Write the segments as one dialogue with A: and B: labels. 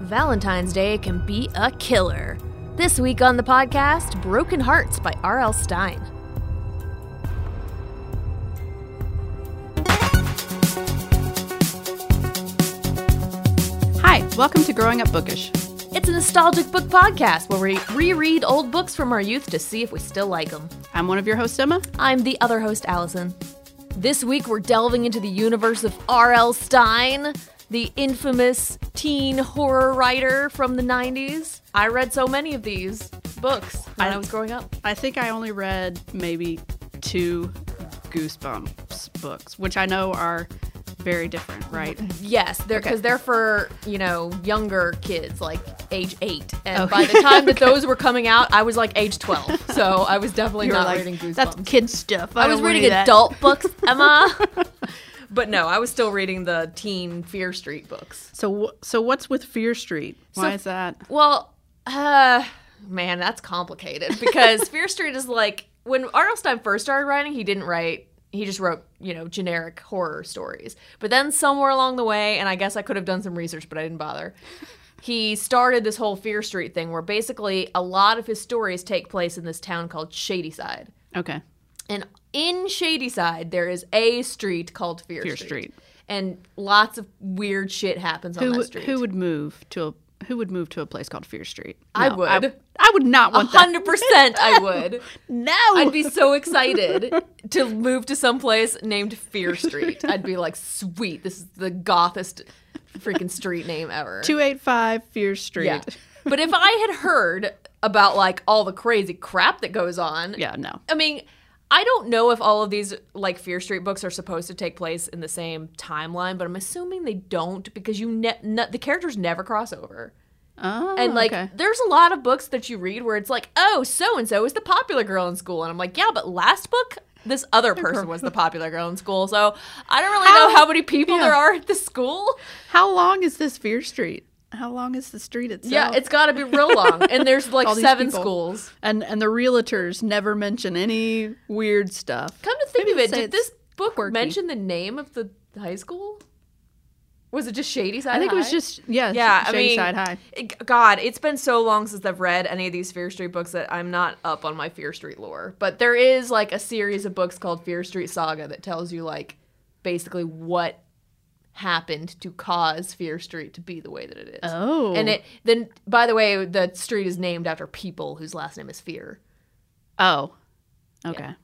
A: Valentine's Day can be a killer. This week on the podcast, Broken Hearts by R.L. Stein.
B: Hi, welcome to Growing Up Bookish.
A: It's a nostalgic book podcast where we reread old books from our youth to see if we still like them.
B: I'm one of your hosts, Emma.
A: I'm the other host, Allison. This week, we're delving into the universe of R.L. Stein, the infamous teen horror writer from the 90s. I read so many of these books when I was growing up.
B: I think I only read maybe two Goosebumps books, which I know are very different, right?
A: Yes, they're
B: Okay.
A: because they're for you know younger kids, like age eight. And
B: Oh.
A: by the time that those were coming out, I was like age twelve, so I was definitely
B: You're
A: not
B: like,
A: reading Goosebumps.
B: That's kid stuff.
A: I,
B: don't
A: was
B: wanna
A: reading
B: do that."
A: adult books, Emma. but no, I was still reading the teen Fear Street books.
B: So, wh- so what's with Fear Street? Why
A: So-
B: is that?
A: Well, uh, man, that's complicated because Fear Street is like when R.L. Stein first started writing, he didn't write. He just wrote, you know, generic horror stories. But then somewhere along the way, and I guess I could have done some research, but I didn't bother. He started this whole Fear Street thing where basically a lot of his stories take place in this town called Shadyside.
B: Okay,
A: And in Shadyside, there is a street called Fear,
B: Fear
A: Street.
B: Street.
A: And lots of weird shit happens on
B: Who
A: that street.
B: who would move to a who would move to a place called Fear Street?
A: I
B: No, I,
A: would.
B: I would not want that.
A: 100% I would.
B: No,
A: I'd be so excited to move to someplace named Fear Street. I'd be like, sweet, this is the gothest freaking street name ever.
B: two eight five Fear Street.
A: Yeah. But if I had heard about like all the crazy crap that goes on,
B: yeah, no.
A: I mean, I don't know if all of these like Fear Street books are supposed to take place in the same timeline, but I'm assuming they don't because you ne- ne- the characters never cross over.
B: Oh,
A: And like,
B: okay.
A: there's a lot of books that you read where it's like, oh, so and so is the popular girl in school, and I'm like, yeah, but last book, this other person was the popular girl in school, so I don't really know
B: How-
A: how many people
B: yeah.
A: there are at the school.
B: How long is this Fear Street? How long is the street itself?
A: yeah, it's got to be real long, and there's like
B: All these
A: seven
B: people.
A: schools.
B: and and the realtors never mention any weird stuff.
A: Come to think
B: Maybe
A: of it,
B: say
A: did
B: it's
A: this book
B: quirky.
A: mention the name of the high school? Was it just Shady Side?
B: I think it was
A: High?
B: just yeah,
A: yeah.
B: sh-
A: I
B: Shady
A: mean,
B: Side High.
A: it- God, it's been so long since I've read any of these Fear Street books that I'm not up on my Fear Street lore. But there is like a series of books called Fear Street Saga that tells you like basically what happened to cause Fear Street to be the way that it is.
B: Oh.
A: and it then by the way, the street is named after people whose last name is Fear.
B: Oh, okay.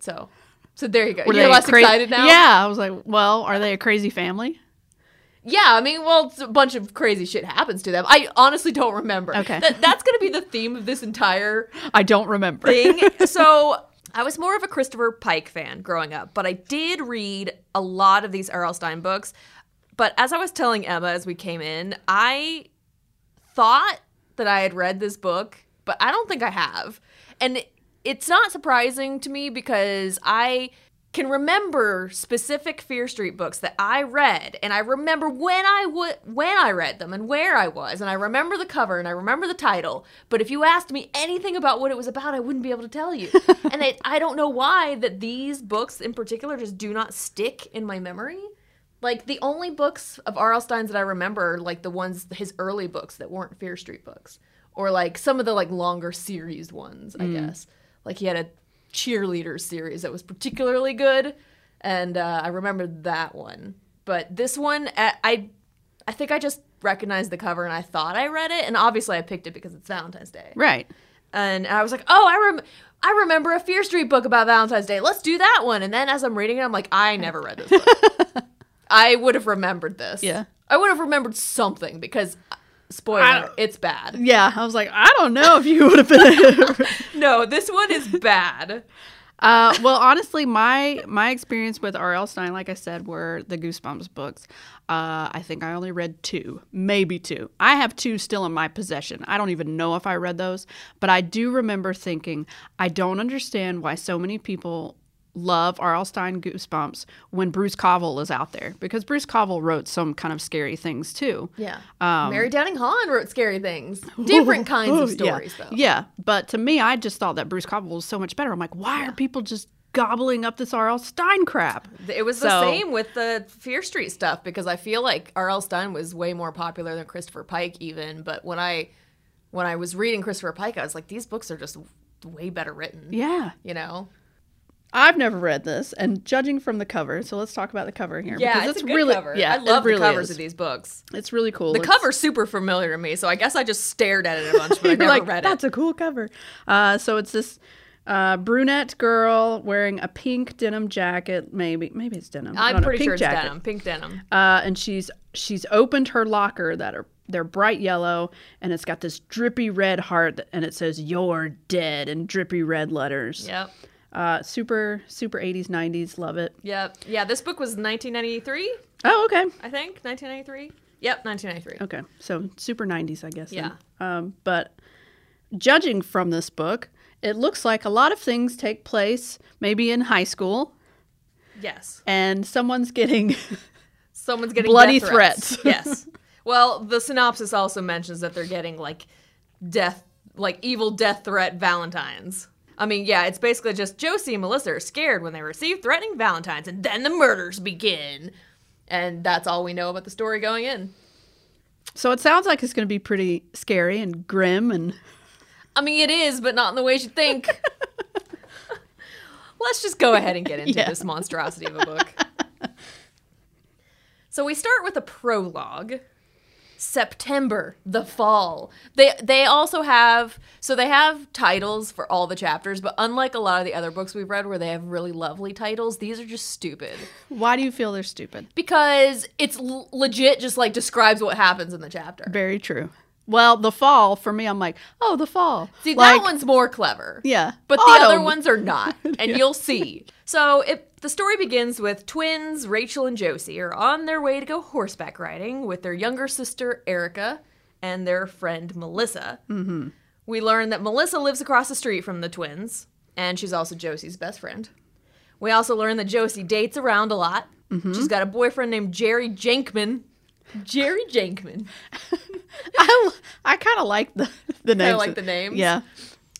A: So, so there you go.
B: Were
A: You're
B: they
A: less
B: cra-
A: excited now.
B: Yeah, I was like, well, are they a crazy family?
A: Yeah, I mean, well, it's a bunch of crazy shit happens to them. I honestly don't remember.
B: Okay.
A: That, that's going to be the theme of this entire
B: I don't remember.
A: thing. so I was more of a Christopher Pike fan growing up, but I did read a lot of these R.L. Stein books. But as I was telling Emma as we came in, I thought that I had read this book, but I don't think I have. And it- it's not surprising to me because I can remember specific Fear Street books that I read and I remember when I w- when I read them and where I was and I remember the cover and I remember the title but if you asked me anything about what it was about I wouldn't be able to tell you and I, I don't know why that these books in particular just do not stick in my memory like the only books of R.L. Stein's that I remember, are, like the ones his early books that weren't Fear Street books, or like some of the like longer series ones. I guess like he had a cheerleader series that was particularly good, and uh, I remember that one. But this one, I, I I think I just recognized the cover and I thought I read it, and obviously I picked it because it's Valentine's Day
B: Right.
A: and I was like, "Oh, I rem- I remember a Fear Street book about Valentine's Day. Let's do that one." And then as I'm reading it, I'm like, "I never read this book. I would have remembered this.
B: Yeah.
A: I would have remembered something because, spoiler,
B: I-
A: it's bad.
B: Yeah, I was like, I don't know if you would have been.
A: No, this one is bad.
B: Uh, well, honestly, my my experience with R.L. Stein, like I said, were the Goosebumps books. Uh, I think I only read two, maybe two. I have two still in my possession. I don't even know if I read those, but I do remember thinking, I don't understand why so many people love R.L. Stein Goosebumps when Bruce Covell is out there because Bruce Covell wrote some kind of scary things too.
A: Yeah. Mary Downing Hahn wrote scary things. Different kinds of
B: Ooh, Oh, yeah.
A: stories, though.
B: Yeah, but to me, I just thought that Bruce Cobble was so much better. I'm like, why are people just gobbling up this R.L. Stein crap.
A: It was the
B: So-
A: same with the Fear Street stuff because I feel like R.L. Stein was way more popular than Christopher Pike even. But when I when I was reading Christopher Pike, I was like, these books are just way better written.
B: Yeah.
A: You know?
B: I've never read this, and judging from the cover, so let's talk about the cover here. because it's, really, yeah,
A: I love
B: it really
A: the covers
B: is.
A: of these books.
B: It's really cool.
A: The
B: It's-
A: cover's super familiar to me, so I guess I just stared at it a bunch, but I
B: You're
A: never
B: like,
A: read it.
B: That's a cool cover. Uh, so it's this uh, brunette girl wearing a pink denim jacket. Maybe maybe it's denim. I
A: I'm
B: don't know,
A: pretty
B: pink
A: sure it's
B: jacket.
A: denim, pink denim.
B: Uh, and she's she's opened her locker that are they're bright yellow, and it's got this drippy red heart, that, and it says "You're dead" in drippy red letters.
A: Yep.
B: Uh, super super 80s 90s. Love it.
A: Yep. Yeah, this book was 1993,
B: Oh okay.
A: I think. 1993? Yep, 1993.
B: Okay, so super 90s, I guess. then. Um, but judging from this book, it looks like a lot of things take place maybe in high school,
A: Yes.
B: and someone's getting.
A: Someone's getting
B: Bloody
A: death
B: threats.
A: yes. Well, the synopsis also mentions that they're getting like death, like evil death threat Valentines. I mean, yeah, it's basically just Josie and Melissa are scared when they receive threatening Valentines, and then the murders begin. And that's all we know about the story going in.
B: so it sounds like it's going to be pretty scary and grim, and
A: I mean, it is, but not in the ways you think. Let's just go ahead and get into
B: Yeah.
A: this monstrosity of a book. so we start with a prologue. September, the fall. They they also have so they have titles for all the chapters, but unlike a lot of the other books we've read where they have really lovely titles, these are just stupid
B: why do you feel they're stupid?
A: because it's l- legit just like describes what happens in the chapter.
B: Very true. Well, the fall for me, I'm like, oh, the fall.
A: See,
B: Like,
A: that one's more clever.
B: yeah,
A: But the other
B: autumn.
A: ones are not, and you'll see. So it, the story begins with twins Rachel and Josie are on their way to go horseback riding with their younger sister Erica and their friend Melissa. Mm-hmm. We learn that Melissa lives across the street from the twins, and she's also Josie's best friend. We also learn that Josie dates around a lot.
B: Mm-hmm.
A: She's got a boyfriend named Jerry Jenkman. Jerry Jenkman.
B: I, I kind of like the the names.
A: like the names.
B: Yeah.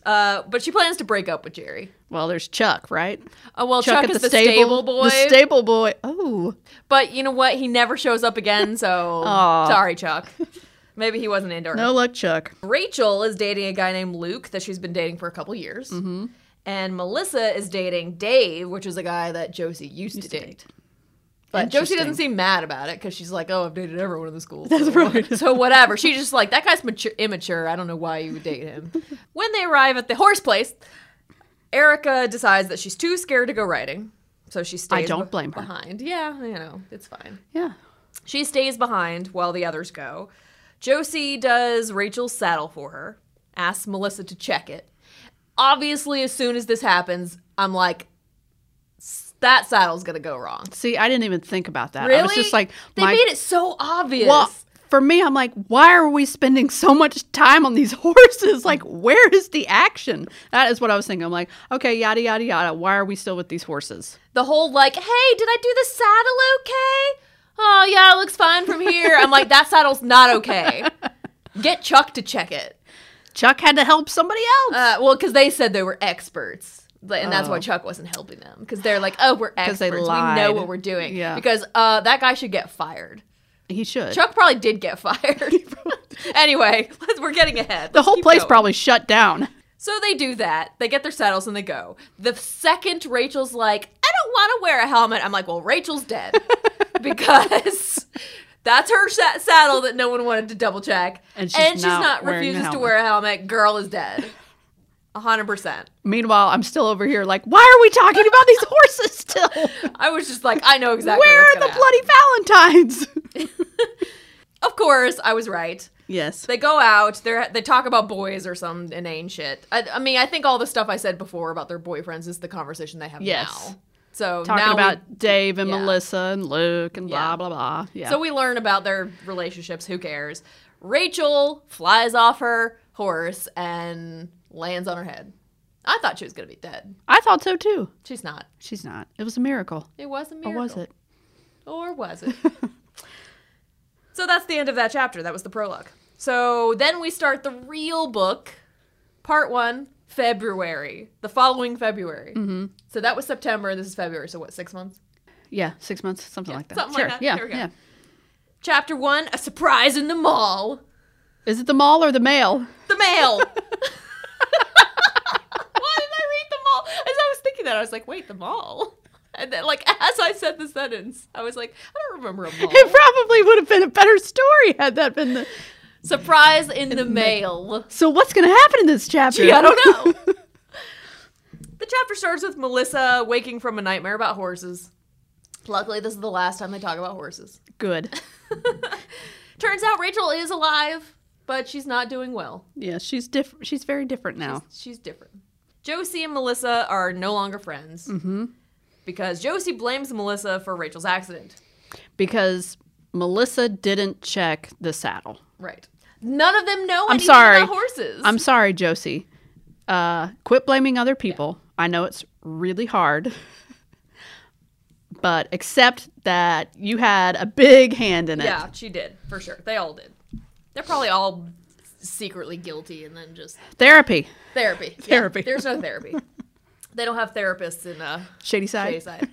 A: Uh, but she plans to break up with Jerry.
B: Well, there's Chuck, right?
A: Oh well, Chuck, is the stable, boy.
B: The stable boy. Oh,
A: But you know what? He never shows up again, so
B: Aw.
A: sorry, Chuck. Maybe he wasn't into her.
B: no luck, Chuck.
A: Rachel is dating a guy named Luke that she's been dating for a couple years. Mm-hmm. And Melissa is dating Dave, which is a guy that Josie used, to, date. But Josie doesn't seem mad about it because she's like, oh, I've dated everyone in the school. That's
B: right.
A: So whatever. She's just like, that guy's mature, immature. I don't know why you would date him. when they arrive at the horse place, Erica decides that she's too scared to go riding. So she stays
B: don't
A: be-
B: blame her.
A: behind. Yeah, you know, it's fine.
B: Yeah.
A: She stays behind while the others go. Josie does Rachel's saddle for her, asks Melissa to check it. Obviously, as soon as this happens, I'm like, "S- that saddle's gonna go wrong.
B: See, I didn't even think about that.
A: Really?
B: I was just like,
A: they
B: my,
A: made it so obvious.
B: well, for me, I'm like, why are we spending so much time on these horses? Like, where is the action? That is what I was thinking. I'm like, okay, yada yada yada. Why are we still with these horses?
A: the whole like, hey, did I do the saddle okay? Oh yeah, it looks fine from here. I'm like, that saddle's not okay. Get Chuck to check it.
B: Chuck had to help somebody else
A: Uh, well, because they said they were experts, Like, and that's why
B: Oh.
A: Chuck wasn't helping them because they're like, "Oh, we're
B: 'Cause
A: experts.
B: they
A: We know
B: lied.
A: what we're doing."
B: Yeah.
A: Because uh, that guy should get fired.
B: he should.
A: Chuck probably did get fired. anyway, let's, we're getting ahead.
B: the
A: Let's
B: whole
A: keep
B: place
A: going.
B: probably shut down.
A: So they do that. They get their saddles and they go. The second Rachel's like, I don't want to wear a helmet. I'm like, well, Rachel's dead because that's her sa- saddle that no one wanted to double check.
B: And she's not wearing a
A: refuses to
B: helmet.
A: wear a helmet. Girl is dead. 100%.
B: Meanwhile, I'm still over here like, why are we talking about these horses still?
A: I was just like, I know exactly.
B: Where
A: what's
B: are
A: gonna
B: the bloody Valentines?
A: happen. Of course, I was right.
B: yes.
A: They go out. They they talk about boys or some inane shit. I, I mean, I think all the stuff I said before about their boyfriends is the conversation they have
B: Yes.
A: now. So
B: Talking
A: now we-
B: about Dave and
A: yeah.
B: Melissa and Luke and
A: Yeah.
B: blah blah blah. Yeah.
A: So we learn about their relationships. Who cares? Rachel flies off her horse and lands on her head. I thought she was gonna be dead.
B: I thought so too.
A: She's not.
B: She's not. It was a miracle.
A: It was a
B: Or
A: miracle.
B: was it?
A: Or was it? so that's the end of that chapter. That was the prologue. So then we start the real book, part one February, the following February. Mm-hmm. So that was September, and this is February. So what, six months?
B: Yeah, six months, something like that.
A: something like
B: sure.
A: that.
B: Yeah,
A: There we go.
B: yeah.
A: Chapter one: A surprise in the mall.
B: Is it the mall or the mail?
A: The mail. Why did I read the mall? As I was thinking that, I was like, wait, the mall. And then, like, as I said the sentence, I was like, I don't remember a mall.
B: It probably would have been a better story had that been the.
A: Surprise in the mail.
B: So what's going to happen in this chapter?
A: Gee, I don't know. the chapter starts with Melissa waking from a nightmare about horses. Luckily, this is the last time they talk about horses.
B: Good.
A: Turns out Rachel is alive, but she's not doing well.
B: Yeah, she's different. She's very different now.
A: She's different. Josie and Melissa are no longer friends
B: Mm-hmm.
A: because Josie blames Melissa for Rachel's accident.
B: because Melissa didn't check the saddle.
A: Right. None of them know
B: I'm
A: anything
B: sorry.
A: about horses.
B: I'm sorry, Josie. Uh, quit blaming other people. I know it's really hard, but accept that you had a big hand in it.
A: yeah, she did for sure. They all did. They're probably all secretly guilty and then just
B: Therapy.
A: Therapy. Yeah,
B: Therapy.
A: there's no therapy. they don't have therapists in uh,
B: Shady side.
A: Bayside.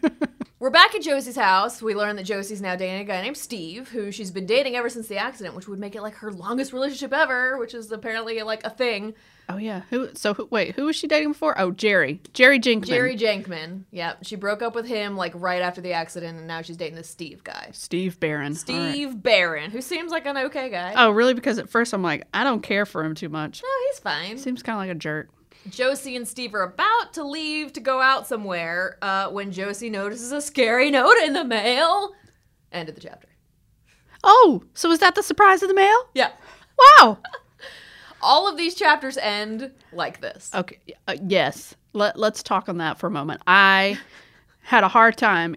A: We're back at Josie's house. We learn that Josie's now dating a guy named Steve, who she's been dating ever since the accident, which would make it like her longest relationship ever, which is apparently like a thing.
B: Oh yeah. Who? So who, wait, who was she dating before? Oh, Jerry. Jerry Jinkman.
A: Jerry Jenkman. Yeah, she broke up with him like right after the accident, and now she's dating this Steve guy.
B: Steve Barron. All right.
A: Steve Barron, who seems like an okay guy.
B: Oh really? Because at first I'm like, I don't care for him too much.
A: No, he's fine.
B: Seems kind of like a jerk.
A: Josie and Steve are about to leave to go out somewhere uh, when Josie notices a scary note in the mail. End of the chapter.
B: Oh, so is that the surprise of the mail?
A: Yeah.
B: Wow.
A: All of these chapters end like this.
B: Okay. Uh, yes. Let, let's talk on that for a moment. I had a hard time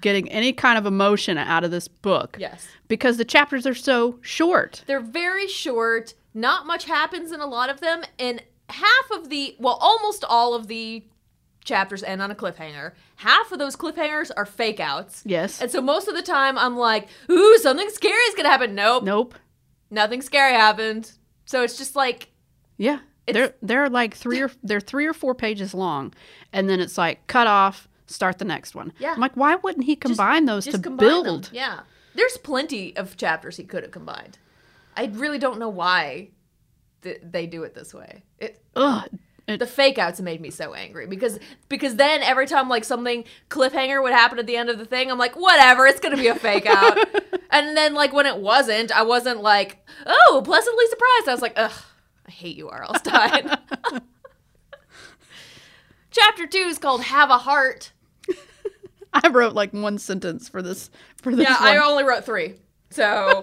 B: getting any kind of emotion out of this book.
A: Yes.
B: Because the chapters are so short.
A: They're very short, not much happens in a lot of them, and half of the, well, almost all of the chapters end on a cliffhanger. Half of those cliffhangers are fake outs.
B: Yes.
A: And so most of the time I'm like, ooh, something scary is going to happen. Nope.
B: nope.
A: Nothing scary happened. So it's just like,
B: Yeah. They're they're like three or they're three or four pages long, and then it's like cut off, start the next one.
A: Yeah.
B: I'm like, why wouldn't he combine those to
A: combine them.
B: build?
A: Yeah. There's plenty of chapters he could have combined. I really don't know why th- they do it this way. It,
B: Ugh. It-
A: the fake outs made me so angry because because then every time like something cliffhanger would happen at the end of the thing, I'm like, whatever, it's gonna be a fake out. and then like when it wasn't, I wasn't like, oh, pleasantly surprised. I was like, ugh, I hate you, R.L. Stein. Chapter two is called "Have a Heart."
B: I wrote like one sentence for this for this
A: Yeah,
B: one.
A: I only wrote three. So,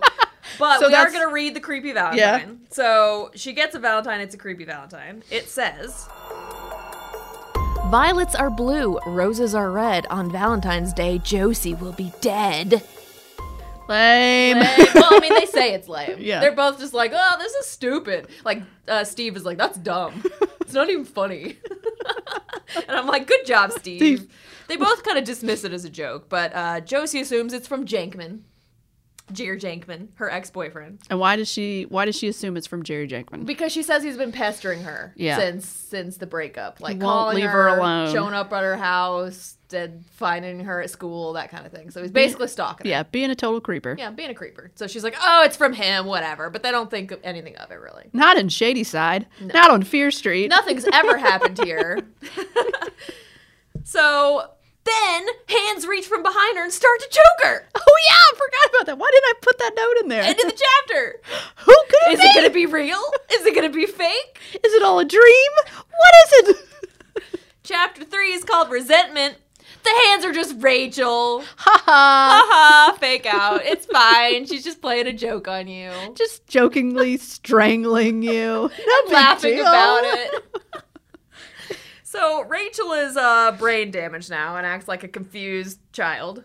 A: but
B: So
A: we are
B: that's-
A: going to read the creepy Valentine. So she gets a Valentine. It's a creepy Valentine. It says. Violets are blue, roses are red. On Valentine's Day, Josie will be dead.
B: Lame.
A: well, I mean, they say it's lame.
B: Yeah.
A: They're both just like, oh, this is stupid. Like, uh, Steve is like, that's dumb. It's not even funny. and I'm like, good job, Steve.
B: Steve.
A: They both kind of dismiss it as a joke, but uh, Josie assumes it's from Jankman. Jer Jankman, her ex boyfriend.
B: And why does she why does she assume it's from Jerry Jenkman?
A: Because she says he's been pestering her
B: Yeah.
A: since since the breakup. Like
B: Won't
A: calling
B: leave
A: her,
B: her alone.
A: showing up at her house, and finding her at school, that kind of thing. So he's basically stalking her.
B: yeah, being a total creeper.
A: Yeah, being a creeper. So she's like, oh, it's from him, whatever. But they don't think of anything of it, really.
B: Not in Shady Side. Not on Fear Street.
A: Nothing's ever happened here. so then hands reach from behind her and start to choke her.
B: Oh yeah, I forgot about that. Why didn't I put that note in there?
A: End of the chapter.
B: Who could it
A: Is
B: be?
A: it going to be real? Is it going to be fake?
B: Is it all a dream? What is it?
A: Chapter three is called Resentment. The hands are just Rachel.
B: Ha ha.
A: Haha, fake out. It's fine. She's just playing a joke on you.
B: Just jokingly strangling you. No big
A: laughing
B: deal.
A: about it. so Rachel is uh, brain damaged now and acts like a confused child.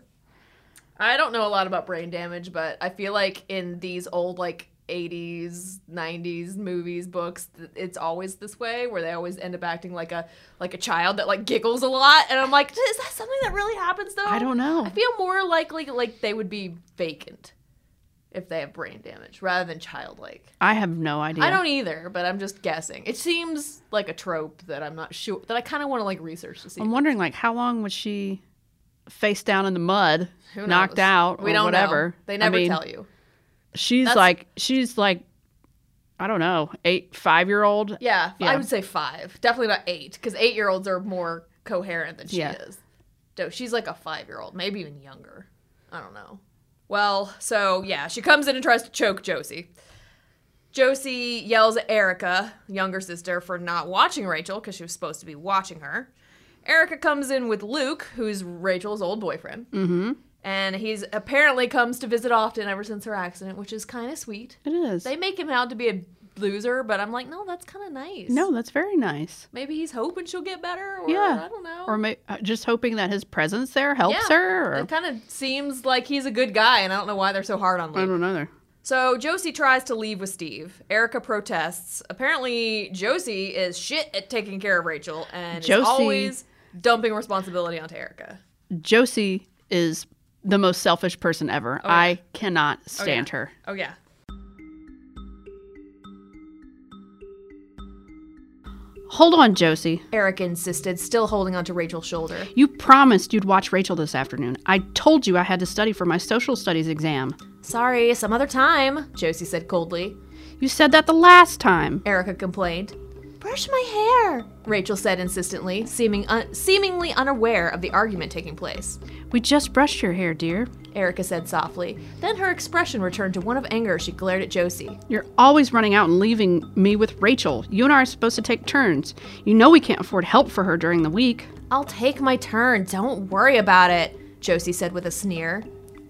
A: I don't know a lot about brain damage, but I feel like in these old like 80s, 90s movies, books, th- it's always this way where they always end up acting like a like a child that like giggles a lot and I'm like, is that something that really happens though?
B: I don't know.
A: I feel more likely like they would be vacant. if they have brain damage rather than childlike.
B: I have no idea.
A: I don't either, but I'm just guessing. It seems like a trope that I'm not sure that I kind of want to like research to see.
B: I'm wondering, like, how long was she face down in the mud,
A: Who
B: knocked
A: knows?
B: out,
A: We
B: or
A: don't
B: whatever?
A: Know. They never
B: I mean,
A: tell you.
B: She's
A: That's-
B: like, she's like, I don't know, eight, five year old.
A: Yeah,
B: Yeah.
A: I would say five. Definitely not eight, because eight-year-olds are more coherent than she
B: Yeah.
A: is. No, she's like a five-year-old, maybe even younger. I don't know. Well, so yeah, she comes in and tries to choke Josie. Josie yells at Erica, younger sister, for not watching Rachel because she was supposed to be watching her. Erica comes in with Luke, who's Rachel's old boyfriend, mm-hmm. and he's apparently comes to visit often ever since her accident, which is kind of sweet.
B: It is.
A: They make him out to be a loser, but I'm like, no, that's kind of nice.
B: no, that's very nice.
A: Maybe he's hoping she'll get better, or
B: Yeah.
A: I don't know.
B: Or may, uh, just hoping that his presence there helps her. Or,
A: It kind of seems like he's a good guy, and I don't know why they're so hard on
B: I
A: Luke.
B: don't know. There.
A: So Josie tries to leave with Steve. Erica protests. Apparently, Josie is shit at taking care of Rachel and
B: Josie-
A: is always dumping responsibility onto Erica.
B: Josie is the most selfish person ever.
A: Oh, yeah.
B: I cannot stand her.
A: Oh, yeah.
B: Hold on, Josie.
A: Erica insisted, still holding onto Rachel's shoulder.
B: You promised you'd watch Rachel this afternoon. I told you I had to study for my social studies exam.
A: Sorry, some other time, Josie said coldly.
B: You said that the last time.
A: Erica complained. Brush my hair, Rachel said insistently, seeming un- seemingly unaware of the argument taking place.
B: We just brushed your hair, dear.
A: Erica said softly. Then her expression returned to one of anger as she glared at Josie.
B: You're always running out and leaving me with Rachel. You and I are supposed to take turns. You know we can't afford help for her during the week.
A: I'll take my turn, don't worry about it, Josie said with a sneer.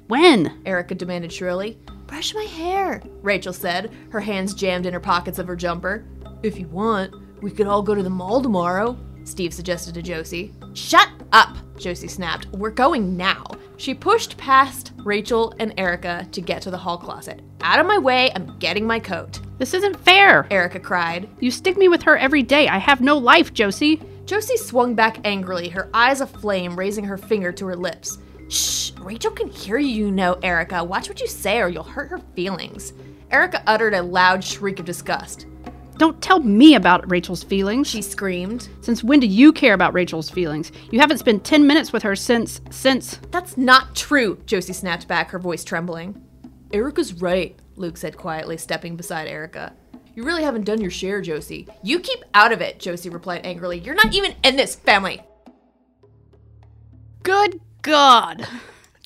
B: When?
A: Erica demanded shrilly. Brush my hair, Rachel said, her hands jammed in her pockets of her jumper. If you want, we could all go to the mall tomorrow, Steve suggested to Josie. Shut up, Josie snapped. We're going now. She pushed past Rachel and Erica to get to the hall closet. Out of my way, I'm getting my coat,
B: This isn't fair.
A: Erica cried.
B: You stick me with her every day. I have no life, Josie.
A: Josie swung back angrily, her eyes aflame, raising her finger to her lips. Shh, Rachel can hear you, you know, Erica. Watch what you say or you'll hurt her feelings. Erica uttered a loud shriek of disgust.
B: Don't tell me about Rachel's feelings.
A: She screamed,
B: Since when do you care about Rachel's feelings? You haven't spent 10 minutes with her since since
A: That's not true, Josie snapped back, her voice trembling. Erica's right, Luke said quietly, stepping beside Erica. You really haven't done your share, Josie. You keep out of it, Josie replied angrily. You're not even in this family.
B: Good god.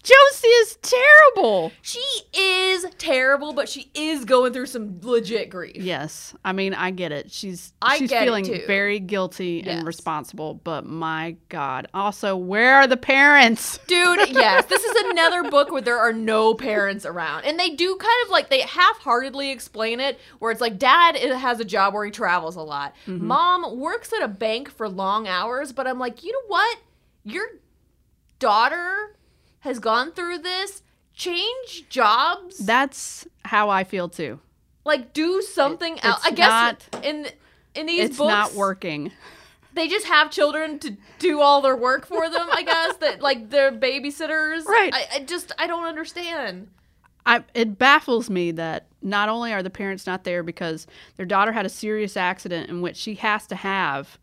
B: Josie is terrible.
A: She is terrible, but she is going through some legit grief.
B: Yes. I mean, I get it. She's
A: I
B: she's
A: get it,
B: feeling
A: too.
B: very guilty
A: Yes.
B: and responsible, but my god. Also, where are the parents?
A: Dude, yes. This is another book where there are no parents around. And they do kind of like, they half heartedly explain it, where it's like, dad i- has a job where he travels a lot.
B: Mm-hmm.
A: Mom works at a bank for long hours, but I'm like, you know what? Your daughter has gone through this. Change jobs.
B: That's how I feel too.
A: like, do something
B: It-
A: else. I
B: it's
A: guess
B: not-
A: in. In these
B: it's
A: books,
B: not working.
A: they just have children to do all their work for them. I guess that like they're babysitters.
B: Right.
A: I, I just I don't understand.
B: I, it baffles me that not only are the parents not there because their daughter had a serious accident in which she has to have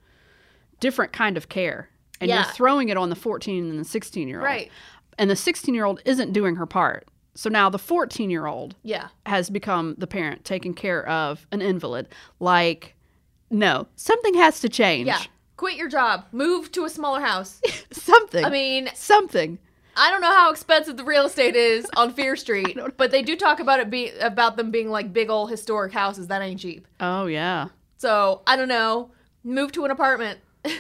B: different kind of care and
A: Yeah.
B: you're throwing it on the 14 and the 16 year old
A: Right.
B: and the 16 year old isn't doing her part so now the 14 year old
A: Yeah.
B: has become the parent taking care of an invalid like no something has to change
A: Yeah. Quit your job. Move to a smaller house.
B: something
A: I mean,
B: something
A: I don't know how expensive the real estate is on Fear Street, but they do talk about it be about them being like big old historic houses that ain't cheap.
B: oh yeah
A: So, I don't know. Move to an apartment.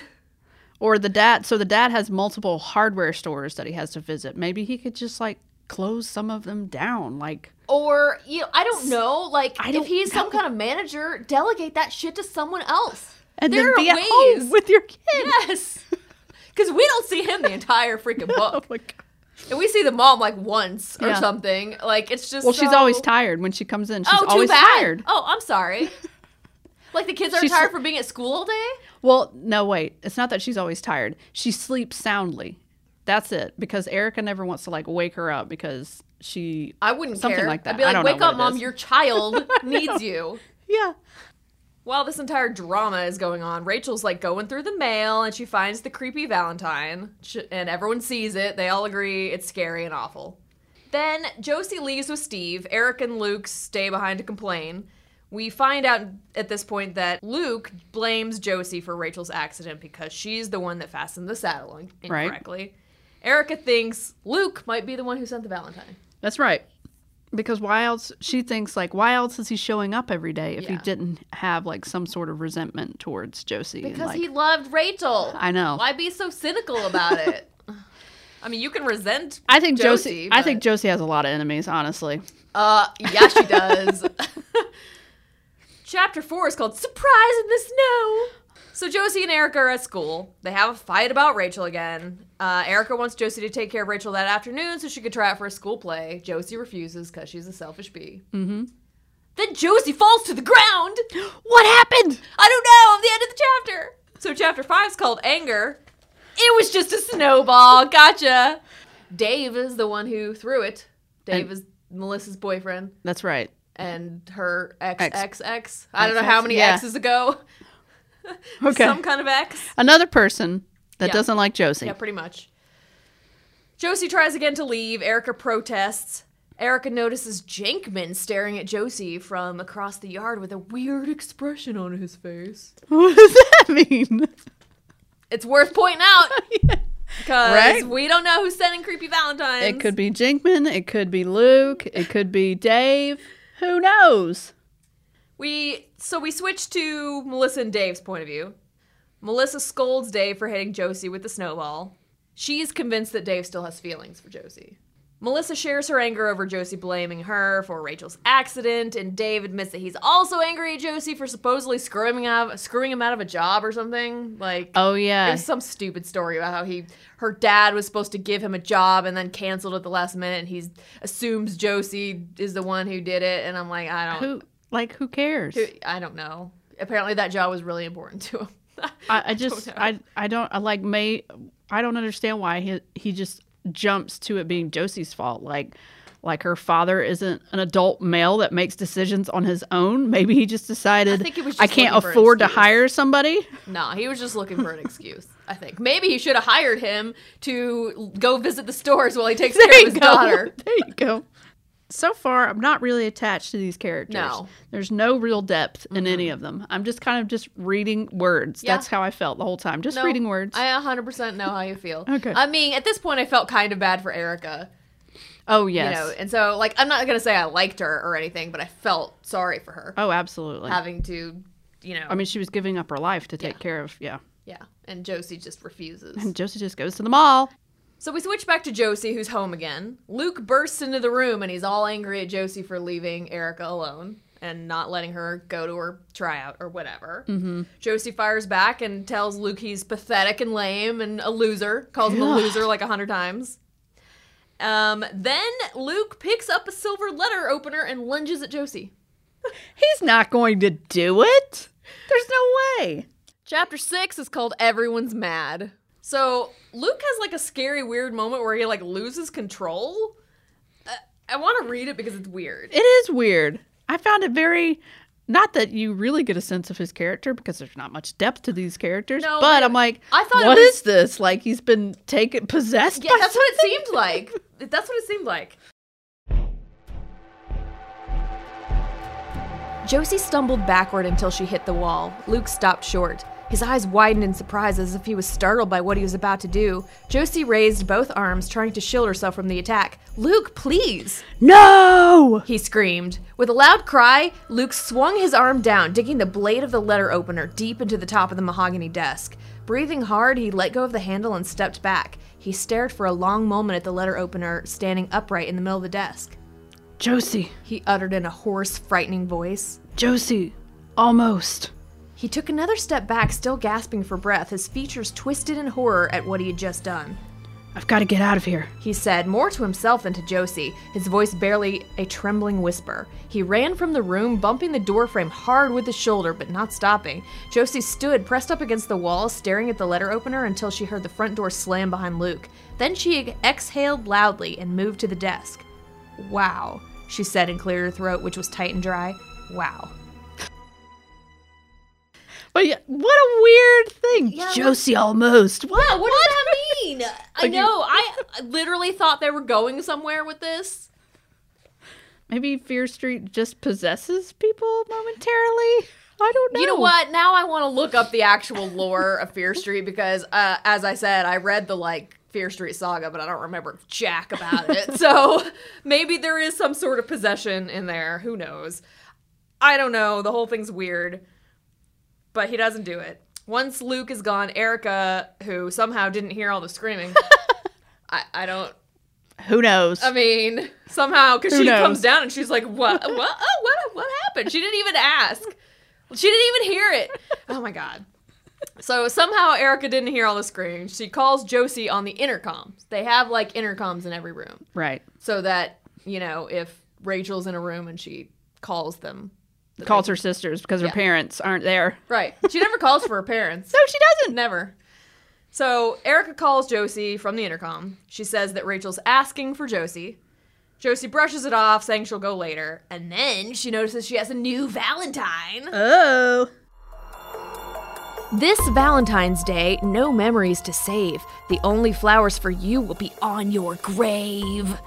B: Or the dad, so the dad has multiple hardware stores that he has to visit. Maybe he could just like close some of them down. Like,
A: Or, you know, I don't know, like
B: I
A: if
B: don't
A: he's some
B: know.
A: kind of manager, delegate that shit to someone else.
B: and
A: there
B: then
A: are
B: be at
A: ways.
B: home with your kid.
A: Yes. Cuz we don't see him the entire freaking
B: Oh
A: book.
B: my God.
A: And we see the mom like once or
B: Yeah.
A: something. Like it's just
B: Well, she's always
A: so-
B: tired when she comes in. She's
A: oh, too
B: always
A: bad.
B: tired.
A: Oh, I'm sorry. like the kids are
B: She's-
A: tired for being at school all day.
B: Well, no, wait. It's not that she's always tired. She sleeps soundly. That's it. Because Erica never wants to like wake her up because she
A: I wouldn't
B: Something
A: care.
B: like that.
A: I'd be
B: I
A: like,
B: don't know
A: wake up,
B: what it
A: mom.
B: is."
A: Your child needs you.
B: yeah
A: While this entire drama is going on, Rachel's like going through the mail and she finds the creepy Valentine, Sh- and everyone sees it. They all agree it's scary and awful. Then Josie leaves with Steve. Eric and Luke stay behind to complain. We find out at this point that Luke blames Josie for Rachel's accident because she's the one that fastened the saddle in-
B: Right.
A: incorrectly. Erica thinks Luke might be the one who sent the Valentine.
B: that's right because why else she thinks like why else is he showing up every day if he
A: Yeah.
B: didn't have like some sort of resentment towards josie and,
A: Because
B: like,
A: he loved Rachel.
B: I know.
A: Why be so cynical about it? I mean, you can resent.
B: I think Josie. I
A: but-
B: think Josie has a lot of enemies, honestly.
A: Uh, yeah, she does. Chapter four is called "Surprise in the Snow." So Josie and Erica are at school. They have a fight about Rachel again. Uh, Erica wants Josie to take care of Rachel that afternoon so she could try out for a school play. Josie refuses because she's a selfish bee. Mm-hmm. Then Josie falls to the ground.
B: What happened?
A: I don't know. I'm the end of the chapter. So chapter five is called Anger. It was just a snowball. Gotcha. Dave is the one who threw it. Dave
B: And-
A: is Melissa's boyfriend
B: That's right.
A: and her ex
B: Ex.
A: ex ex. I don't know how many
B: Yeah.
A: X's ago.
B: Okay.
A: Some kind of X.
B: Another person that
A: Yeah.
B: doesn't like Josie.
A: Yeah, pretty much. Josie tries again to leave. Erica protests. Erica notices Jenkman staring at Josie from across the yard with a weird expression on his face.
B: What does that mean?
A: It's worth pointing out because
B: Right?
A: we don't know who's sending creepy Valentines.
B: It could be Jinkman. It could be Luke. It could be Dave. Who knows?
A: We so we switch to Melissa and Dave's point of view. Melissa scolds Dave for hitting Josie with the snowball. She's convinced that Dave still has feelings for Josie. Melissa shares her anger over Josie blaming her for Rachel's accident, and Dave admits that he's also angry at Josie for supposedly screwing him out, screwing him out of a job or something. Like,
B: Oh yeah.
A: there's some stupid story about how he, her dad was supposed to give him a job and then canceled at the last minute, and he assumes Josie is the one who did it. And I'm like, I don't.
B: who like who cares?
A: I don't know. Apparently, that job was really important to him.
B: I, I just
A: know.
B: I I don't I like may I don't understand why he he just jumps to it being Josie's fault like like her father isn't an adult male that makes decisions on his own. Maybe he just decided
A: I think he was
B: I
A: just
B: can't
A: looking for an
B: afford to
A: excuse."
B: hire somebody.
A: nah, he was just looking for an excuse. I think maybe he should have hired him to go visit the stores while he takes care of his daughter.
B: There you go. So far, I'm not really attached to these characters.
A: No.
B: There's no real depth in any of them. I'm just kind of just reading words.
A: Yeah.
B: That's how I felt the whole time. Just
A: No,
B: reading words.
A: I 100% know how you feel.
B: Okay.
A: I mean, at this point, I felt kind of bad for Erica,
B: oh,
A: you
B: yes.
A: know, and so like I'm not gonna say I liked her or anything, but I felt sorry for her
B: oh, absolutely.
A: having to, you know,
B: I mean, she was giving up her life to take
A: Yeah.
B: care of, yeah.
A: yeah. And Josie just refuses.
B: And Josie just goes to the mall.
A: So we switch back to Josie, who's home again. Luke bursts into the room and he's all angry at Josie for leaving Erica alone and not letting her go to her tryout or whatever. Mm-hmm. Josie fires back and tells Luke he's pathetic and lame and a loser, calls him a
B: Ugh.
A: loser like a hundred times. Um, then Luke picks up a silver letter opener and lunges at Josie.
B: He's not going to do it. There's no way.
A: Chapter six is called Everyone's Mad. So Luke has like a scary, weird moment where he like loses control. Uh, I want to read it because it's weird.
B: It is weird. I found it very. Not that you really get a sense of his character because there's not much depth to these characters,
A: No,
B: but
A: but
B: I'm like,
A: I thought it
B: what
A: was-
B: is this? Like he's been taken possessed.
A: Yeah,
B: by
A: that's what it
B: something?
A: seemed like. That's what it seemed like. Josie stumbled backward until she hit the wall. Luke stopped short. His eyes widened in surprise as if he was startled by what he was about to do. Josie raised both arms, trying to shield herself from the attack. Luke, please!
B: No.
A: He screamed. With a loud cry, Luke swung his arm down, digging the blade of the letter opener deep into the top of the mahogany desk. Breathing hard, he let go of the handle and stepped back. He stared for a long moment at the letter opener standing upright in the middle of the desk.
B: Josie,
A: He uttered in a hoarse, frightening voice.
B: Josie, almost.
A: He took another step back, still gasping for breath, his features twisted in horror at what he had just done.
B: I've got to get out of here.
A: He said, more to himself than to Josie, his voice barely a trembling whisper. He ran from the room, bumping the doorframe hard with his shoulder, but not stopping. Josie stood, pressed up against the wall, staring at the letter opener until she heard the front door slam behind Luke. Then she exhaled loudly and moved to the desk. Wow, she said and cleared her throat, which was tight and dry. Wow.
B: But yeah, what a weird thing.
A: Yeah,
B: Josie almost. What?
A: What, does that mean? I
B: Like you-
A: know. I literally thought they were going somewhere with this.
B: Maybe Fear Street just possesses people momentarily? I don't know.
A: You know what? Now I want to look up the actual lore of Fear Street because, uh, as I said, I read the like Fear Street saga, but I don't remember jack about it. so maybe there is some sort of possession in there. Who knows? I don't know. The whole thing's weird, but he doesn't do it. Once Luke is gone, Erica, who somehow didn't hear all the screaming, I, I don't.
B: Who knows?
A: I mean, somehow, because
B: Who
A: she
B: knows?
A: comes down and she's like, "What? What? Oh, what? What happened?" She didn't even ask. She didn't even hear it. Oh my god. So somehow Erica didn't hear all the screams. She calls Josie on the intercoms. They have like intercoms in every room,
B: right.
A: so that you know if Rachel's in a room and she calls them. that
B: Calls
A: they-
B: her sisters because her
A: Yeah.
B: parents aren't there.
A: right. She never calls for her parents.
B: No, she doesn't.
A: Never. So Erica calls Josie from the intercom. She says that Rachel's asking for Josie. Josie brushes it off, saying she'll go later. And then she notices she has a new Valentine.
B: Oh.
A: This Valentine's Day, no memories to save. The only flowers for you will be on your grave.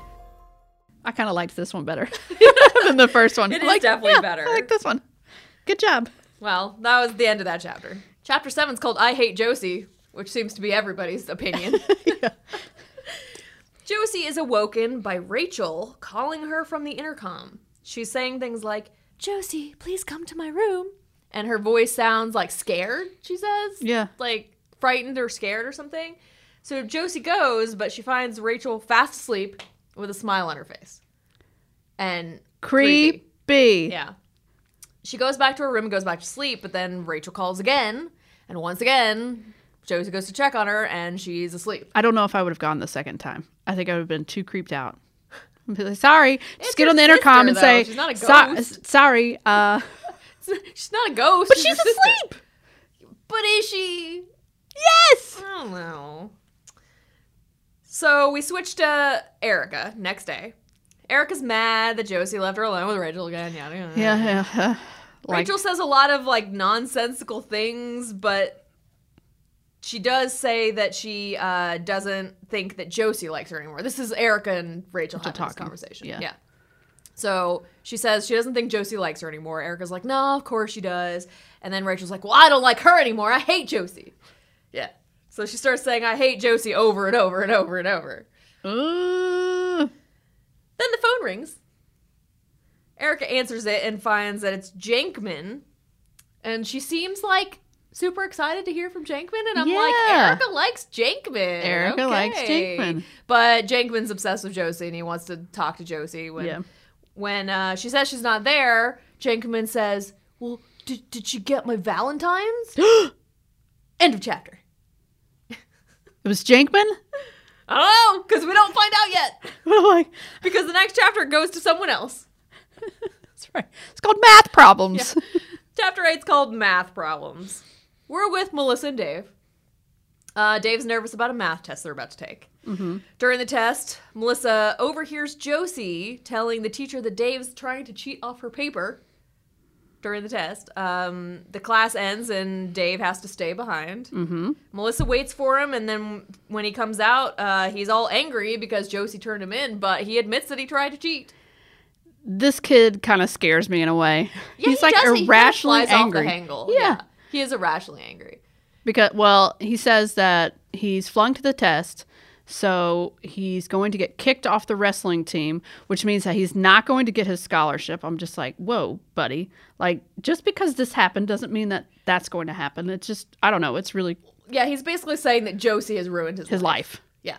B: I kind of liked this one better than the first one.
A: It
B: I'm
A: is definitely
B: yeah,
A: better.
B: I like this one. Good job.
A: Well, that was the end of that chapter. Chapter seven's called I Hate Josie, which seems to be everybody's opinion. Josie is awoken by Rachel calling her from the intercom. She's saying things like, Josie, please come to my room. And her voice sounds like scared, she says.
B: Yeah.
A: Like frightened or scared or something. So Josie goes, but she finds Rachel fast asleep with a smile on her face. And
B: Creepy.
A: yeah. She goes back to her room and goes back to sleep, but then Rachel calls again. And once again, Josie goes to check on her and she's asleep.
B: I don't know if I would have gone the second time. I think I would have been too creeped out. I'd be like, sorry. Just get
A: her
B: on the
A: sister,
B: intercom and
A: though.
B: say,
A: She's not a
B: "So-
A: ghost."
B: sorry. Uh,
A: She's not a ghost.
B: but she's
A: her sister.
B: asleep.
A: But is she?
B: Yes.
A: I don't know. So we switch to Erica next day. Erica's mad that Josie left her alone with Rachel again. Yada, yada, yada.
B: Yeah. yeah, yeah. Like,
A: Rachel says a lot of like nonsensical things, but she does say that she uh, doesn't think that Josie likes her anymore. This is Erica and Rachel having this
B: talking.
A: conversation.
B: Yeah.
A: yeah. So she says she doesn't think Josie likes her anymore. Erica's like, no, of course she does. And then Rachel's like, well, I don't like her anymore. I hate Josie. Yeah. So she starts saying, I hate Josie over and over and over and over.
B: "Uh,
A: Then the phone rings. Erica answers it and finds that it's Jankman. And she seems like super excited to hear from Jankman. And I'm like,
B: Yeah.
A: Erica likes Jankman.
B: Erica likes
A: Okay.
B: Jankman.
A: But Jankman's obsessed with Josie and he wants to talk to Josie. When,
B: Yeah.
A: when uh, she says she's not there, Jankman says, Well, did, did she get my Valentine's? End of chapter.
B: It was Jankman?
A: I don't know, because Oh, we don't find out yet.
B: What am I?
A: Because the next chapter goes to someone else.
B: That's right. It's called math problems.
A: Chapter 8's called Math Problems. We're with Melissa and Dave. Uh, Dave's nervous about a math test they're about to take.
B: Mm-hmm.
A: During the test, Melissa overhears Josie telling the teacher that Dave's trying to cheat off her paper during the test. Um, the class ends and Dave has to stay behind. Mm-hmm. Melissa waits for him, and then when he comes out, uh, he's all angry because Josie turned him in, but he admits that he tried to cheat.
B: This kid kind of scares me in a way.
A: Yeah,
B: He's
A: he
B: like
A: does. He kinda
B: irrationally
A: flies off the
B: angry.
A: handle.
B: Yeah.
A: He is irrationally angry.
B: Because, well, he says that he's flunked the test, so he's going to get kicked off the wrestling team, which means that he's not going to get his scholarship. I'm just like, whoa, buddy. Like, just because this happened doesn't mean that that's going to happen. It's just, I don't know. It's really
A: Yeah, he's basically saying that Josie has ruined his,
B: his life.
A: Yeah.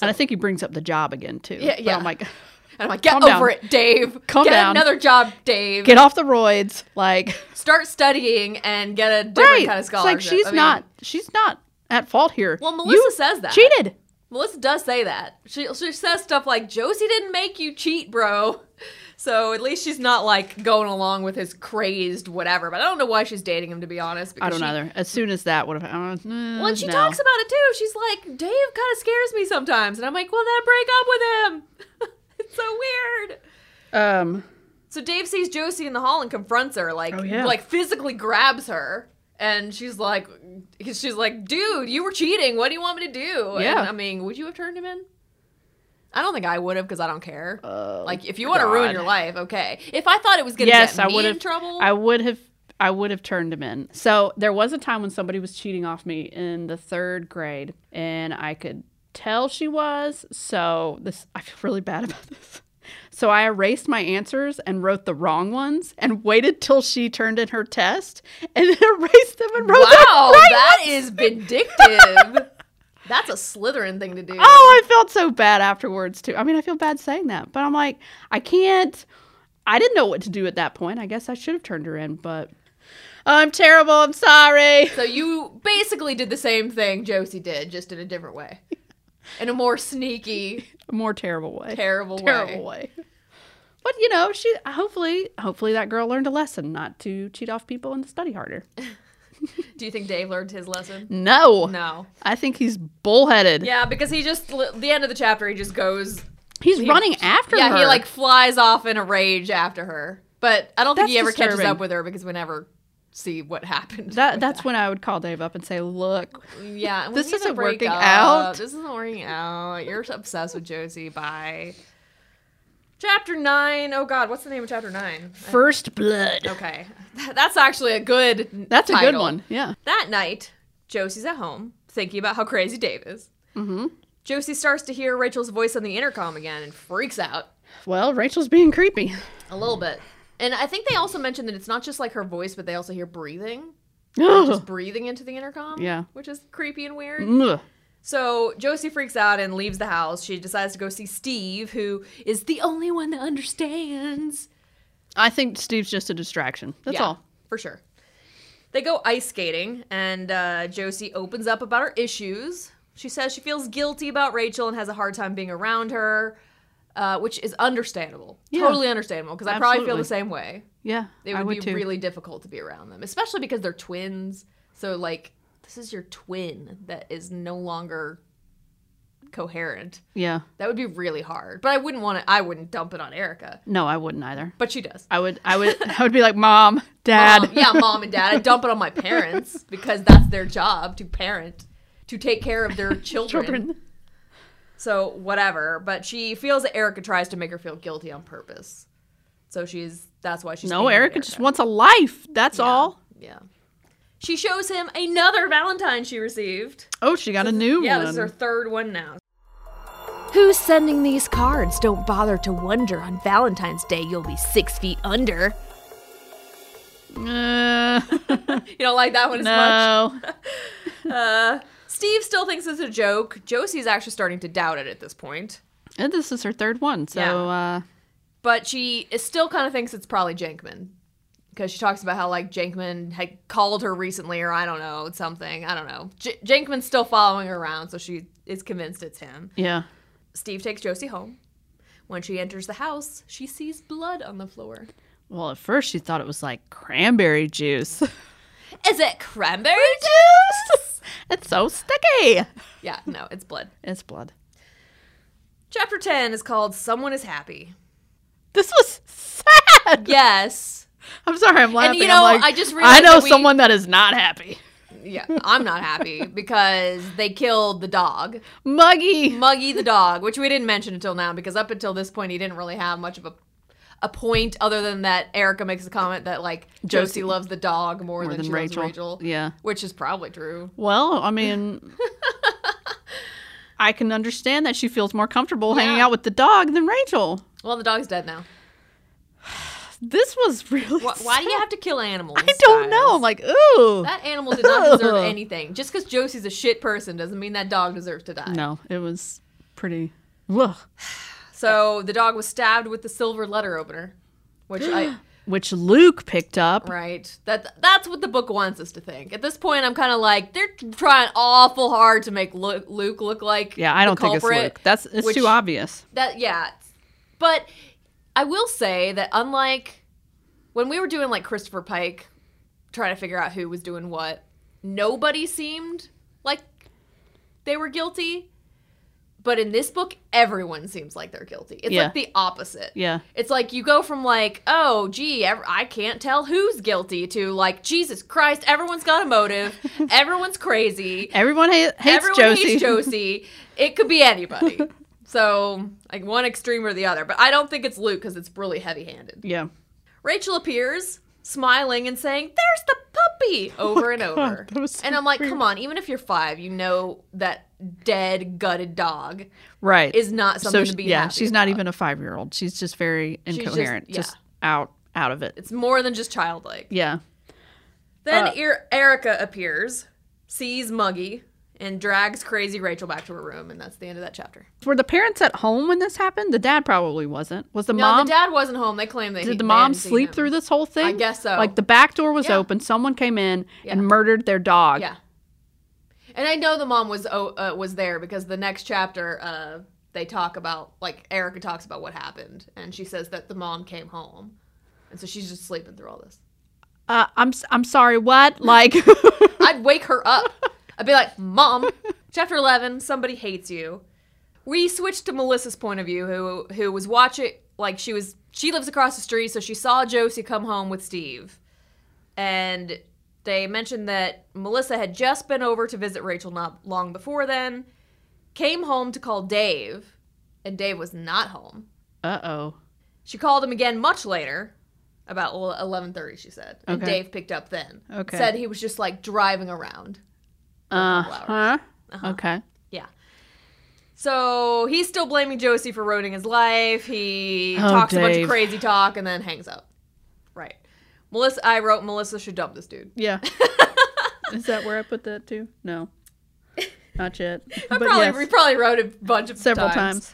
B: and I think he brings up the job again, too.
A: Yeah,
B: But
A: yeah.
B: I'm like,
A: And I'm like, get
B: Calm
A: over
B: down.
A: it, Dave.
B: Calm
A: get
B: down.
A: another job, Dave.
B: get off the roids. Like,
A: Start studying and get a different
B: right.
A: kind of
B: It's
A: scholarship.
B: like, she's
A: I mean,
B: not, she's not at fault here.
A: Well,
B: You
A: Melissa says that.
B: cheated.
A: Melissa does say that. She, she says stuff like, Josie didn't make you cheat, bro. So at least she's not like going along with his crazed whatever. But I don't know why she's dating him, to be honest.
B: I don't
A: because she-
B: know. either. As soon as that would have, uh, well,
A: When she talks about it too, she's like, Dave kind of scares me sometimes. And I'm like, well, then break up with him. so weird.
B: Um,
A: So Dave sees Josie in the hall and confronts her, like
B: Oh, yeah.
A: like physically grabs her, and she's like, she's like, dude, you were cheating. What do you want me to do?
B: Yeah.
A: And, I mean, would you have turned him in? I don't think I would have because I don't care.
B: Oh,
A: like if you want to ruin
B: God.
A: your life, okay. If I thought it was gonna
B: yes,
A: get
B: I
A: me
B: would
A: in
B: have.
A: trouble,
B: I would have. I would have turned him in. So there was a time when somebody was cheating off me in the third grade, and I could tell she was. So this, I feel really bad about this. So I erased my answers and wrote the wrong ones, and waited till she turned in her test, and then erased them and wrote them
A: wow,
B: right.
A: that is vindictive. That's a Slytherin thing to do.
B: Oh, I felt so bad afterwards too. I mean, I feel bad saying that, but I'm like, I can't. I didn't know what to do at that point. I guess I should have turned her in, but I'm terrible. I'm sorry.
A: So you basically did the same thing Josie did, just in a different way, in a more sneaky,
B: More terrible way.
A: terrible,
B: Terrible way. But you know, she hopefully, hopefully that girl learned a lesson not to cheat off people and to study harder.
A: Do you think Dave learned his lesson?
B: No,
A: No.
B: I think he's bullheaded.
A: Yeah, because he just the end of the chapter he just goes.
B: he's running after
A: yeah,
B: her.
A: he like flies off in a rage after her. But I don't think
B: That's
A: he ever catches
B: disturbing.
A: up with her because we never see what happened.
B: that.
A: with
B: That's when I would call Dave up and say, "Look,
A: that. yeah. and we
B: this
A: need to
B: isn't
A: break
B: working
A: up.
B: out.
A: This isn't working out. You're obsessed with Josie. Bye. Chapter nine. Oh God, what's the name of chapter nine?
B: first blood."
A: Okay, that's actually a good.
B: That's a good
A: title.
B: one. Yeah.
A: That night, Josie's at home thinking about how crazy Dave is.
B: Mm-hmm.
A: Josie starts to hear Rachel's voice on the intercom again and freaks out
B: Well, Rachel's being creepy.
A: a little bit. And I think they also mentioned that it's not just like her voice, but they also hear breathing, just breathing into the intercom.
B: Yeah. Mm-hmm.
A: which is creepy and weird.
B: Ugh.
A: So Josie freaks out and leaves the house. She decides to go see Steve, who is the only one that understands.
B: I think Steve's just a distraction. That's
A: Yeah,
B: all.
A: for sure. They go ice skating, and uh, Josie opens up about her issues. She says she feels guilty about Rachel and has a hard time being around her, uh, which is understandable.
B: Yeah.
A: Totally understandable because I probably feel
B: Absolutely.
A: the same way.
B: Yeah,
A: It would, be really difficult to be around them, especially because they're twins. So like, this is your twin that is no longer coherent.
B: yeah.
A: That would be really hard. But I wouldn't want to. I wouldn't dump it on Erica.
B: No, I wouldn't either.
A: But she does.
B: I would. I would. I would be like, Mom, Dad.
A: Mom- Um, yeah, mom and dad. I dump it on my parents because that's their job to parent, to take care of their children.
B: Children.
A: So whatever. But she feels that Erica tries to make her feel guilty on purpose. So she's that's why she's
B: No,
A: angry at
B: Erica just wants a life. That's
A: Yeah,
B: all.
A: Yeah. She shows him another Valentine she received.
B: Oh, she got a new
A: yeah,
B: one.
A: this is her third one now.
C: Who's sending these cards? Don't bother to wonder. On Valentine's Day, you'll be six feet under.
B: Uh,
A: You don't like that one as much.
B: no.
A: Uh, Steve still thinks it's a joke. Josie's actually starting to doubt it at this point.
B: And this is her third one. So,
A: Yeah.
B: uh,
A: but she is still kind of thinks it's probably Jankman because she talks about how like Jankman had called her recently or I don't know something I don't know. J- Jankman's still following her around, so she is convinced it's him.
B: yeah.
A: Steve takes Josie home. When she enters the house, she sees blood on the floor.
B: Well, at first she thought it was like cranberry juice.
A: Is it cranberry juice?
B: it's so sticky.
A: yeah, no, it's blood.
B: It's blood.
A: Chapter 10 is called Someone is Happy.
B: This was sad.
A: Yes.
B: I'm sorry, I'm laughing.
A: you
B: I'm
A: know,
B: like,
A: I just realized
B: I know
A: that we-
B: someone that is not happy.
A: Yeah, I'm not happy because they killed the dog.
B: Muggy.
A: Muggy the dog, which we didn't mention until now because up until this point he didn't really have much of a a point other than that Erica makes a comment that like Josie,
B: Josie.
A: loves the dog more, than,
B: than
A: she
B: Rachel.
A: loves Rachel.
B: Yeah.
A: Which is probably true.
B: Well, I mean, I can understand that she feels more comfortable hanging
A: Yeah.
B: out with the dog than Rachel.
A: Well, the dog's dead now.
B: This was really.
A: Why, why do you
B: sad.
A: have to kill animals?
B: I don't know.
A: Styles?
B: I'm like, ooh.
A: that animal did not deserve
B: Ugh.
A: anything. Just because Josie's a shit person doesn't mean that dog deserves to die.
B: no, it was pretty. Ugh.
A: So the dog was stabbed with the silver letter opener, which I
B: Which Luke picked up.
A: Right. That that's what the book wants us to think. At this point, I'm kind of like they're trying awful hard to make Lu- Luke look like
B: Yeah, I
A: the
B: don't think it's
A: culprit,
B: Luke. That's it's
A: which-
B: too obvious.
A: That yeah, but I will say that unlike when we were doing like Christopher Pike, trying to figure out who was doing what, nobody seemed like they were guilty. But in this book, everyone seems like they're guilty. It's
B: Yeah.
A: like the opposite.
B: Yeah.
A: It's like you go from like, oh, gee, ev- I can't tell who's guilty to like, Jesus Christ, everyone's got a motive, everyone's crazy,
B: Everyone ha- hates
A: everyone
B: Josie.
A: hates Josie. It could be anybody. so like one extreme or the other. But I don't think it's Luke because it's really heavy-handed.
B: Yeah.
A: Rachel appears, smiling and saying, "There's the puppy," over and
B: Oh God,
A: over.
B: that was so
A: and I'm like,
B: weird.
A: "Come on! Even if you're five, you know that dead, gutted dog
B: Right.
A: is not something
B: she-
A: to be
B: yeah,
A: happy
B: she's not
A: about.
B: even a five year old. She's just very
A: just-
B: incoherent,
A: yeah.
B: just, out out of it.
A: It's more than just childlike."
B: Yeah.
A: Then
B: Uh,
A: er- Erica appears, sees Muggy, and drags crazy Rachel back to her room, and that's the end of that chapter.
B: Were the parents at home when this happened? The dad probably wasn't. Was the
A: No,
B: mom?
A: the dad wasn't home. They claim that he,
B: did the
A: they
B: mom
A: hadn't seen
B: sleep
A: him.
B: through this whole thing?
A: guess so.
B: Like the back door was
A: Yeah.
B: open. Someone came in
A: Yeah.
B: and murdered their dog.
A: Yeah. And I know the mom was oh, uh, was there because the next chapter uh, they talk about like Erica talks about what happened and she says that the mom came home. And so she's just sleeping through all this.
B: Uh, I'm s- I'm sorry. What? Like,
A: I'd wake her up. I'd be like, "Mom, chapter 11, somebody hates you." We switched to Melissa's point of view who who was watching like she was she lives across the street so she saw Josie come home with Steve. and they mentioned that Melissa had just been over to visit Rachel not long before then, came home to call Dave, and Dave was not home.
B: uh oh.
A: She called him again much later, about 11:30 she said. And
B: Okay.
A: Dave picked up then.
B: Okay.
A: Said he was just like driving around.
B: Uh
A: couple
B: huh.
A: Uh-huh.
B: Okay.
A: Yeah. So he's still blaming Josie for ruining his life. He
B: Oh,
A: talks a bunch
B: Dave.
A: of crazy talk and then hangs up. Right. Melissa I wrote Melissa should dump this dude.
B: Yeah. Is that where I put that too? No. Not yet.
A: I probably we probably wrote a bunch of
B: several times.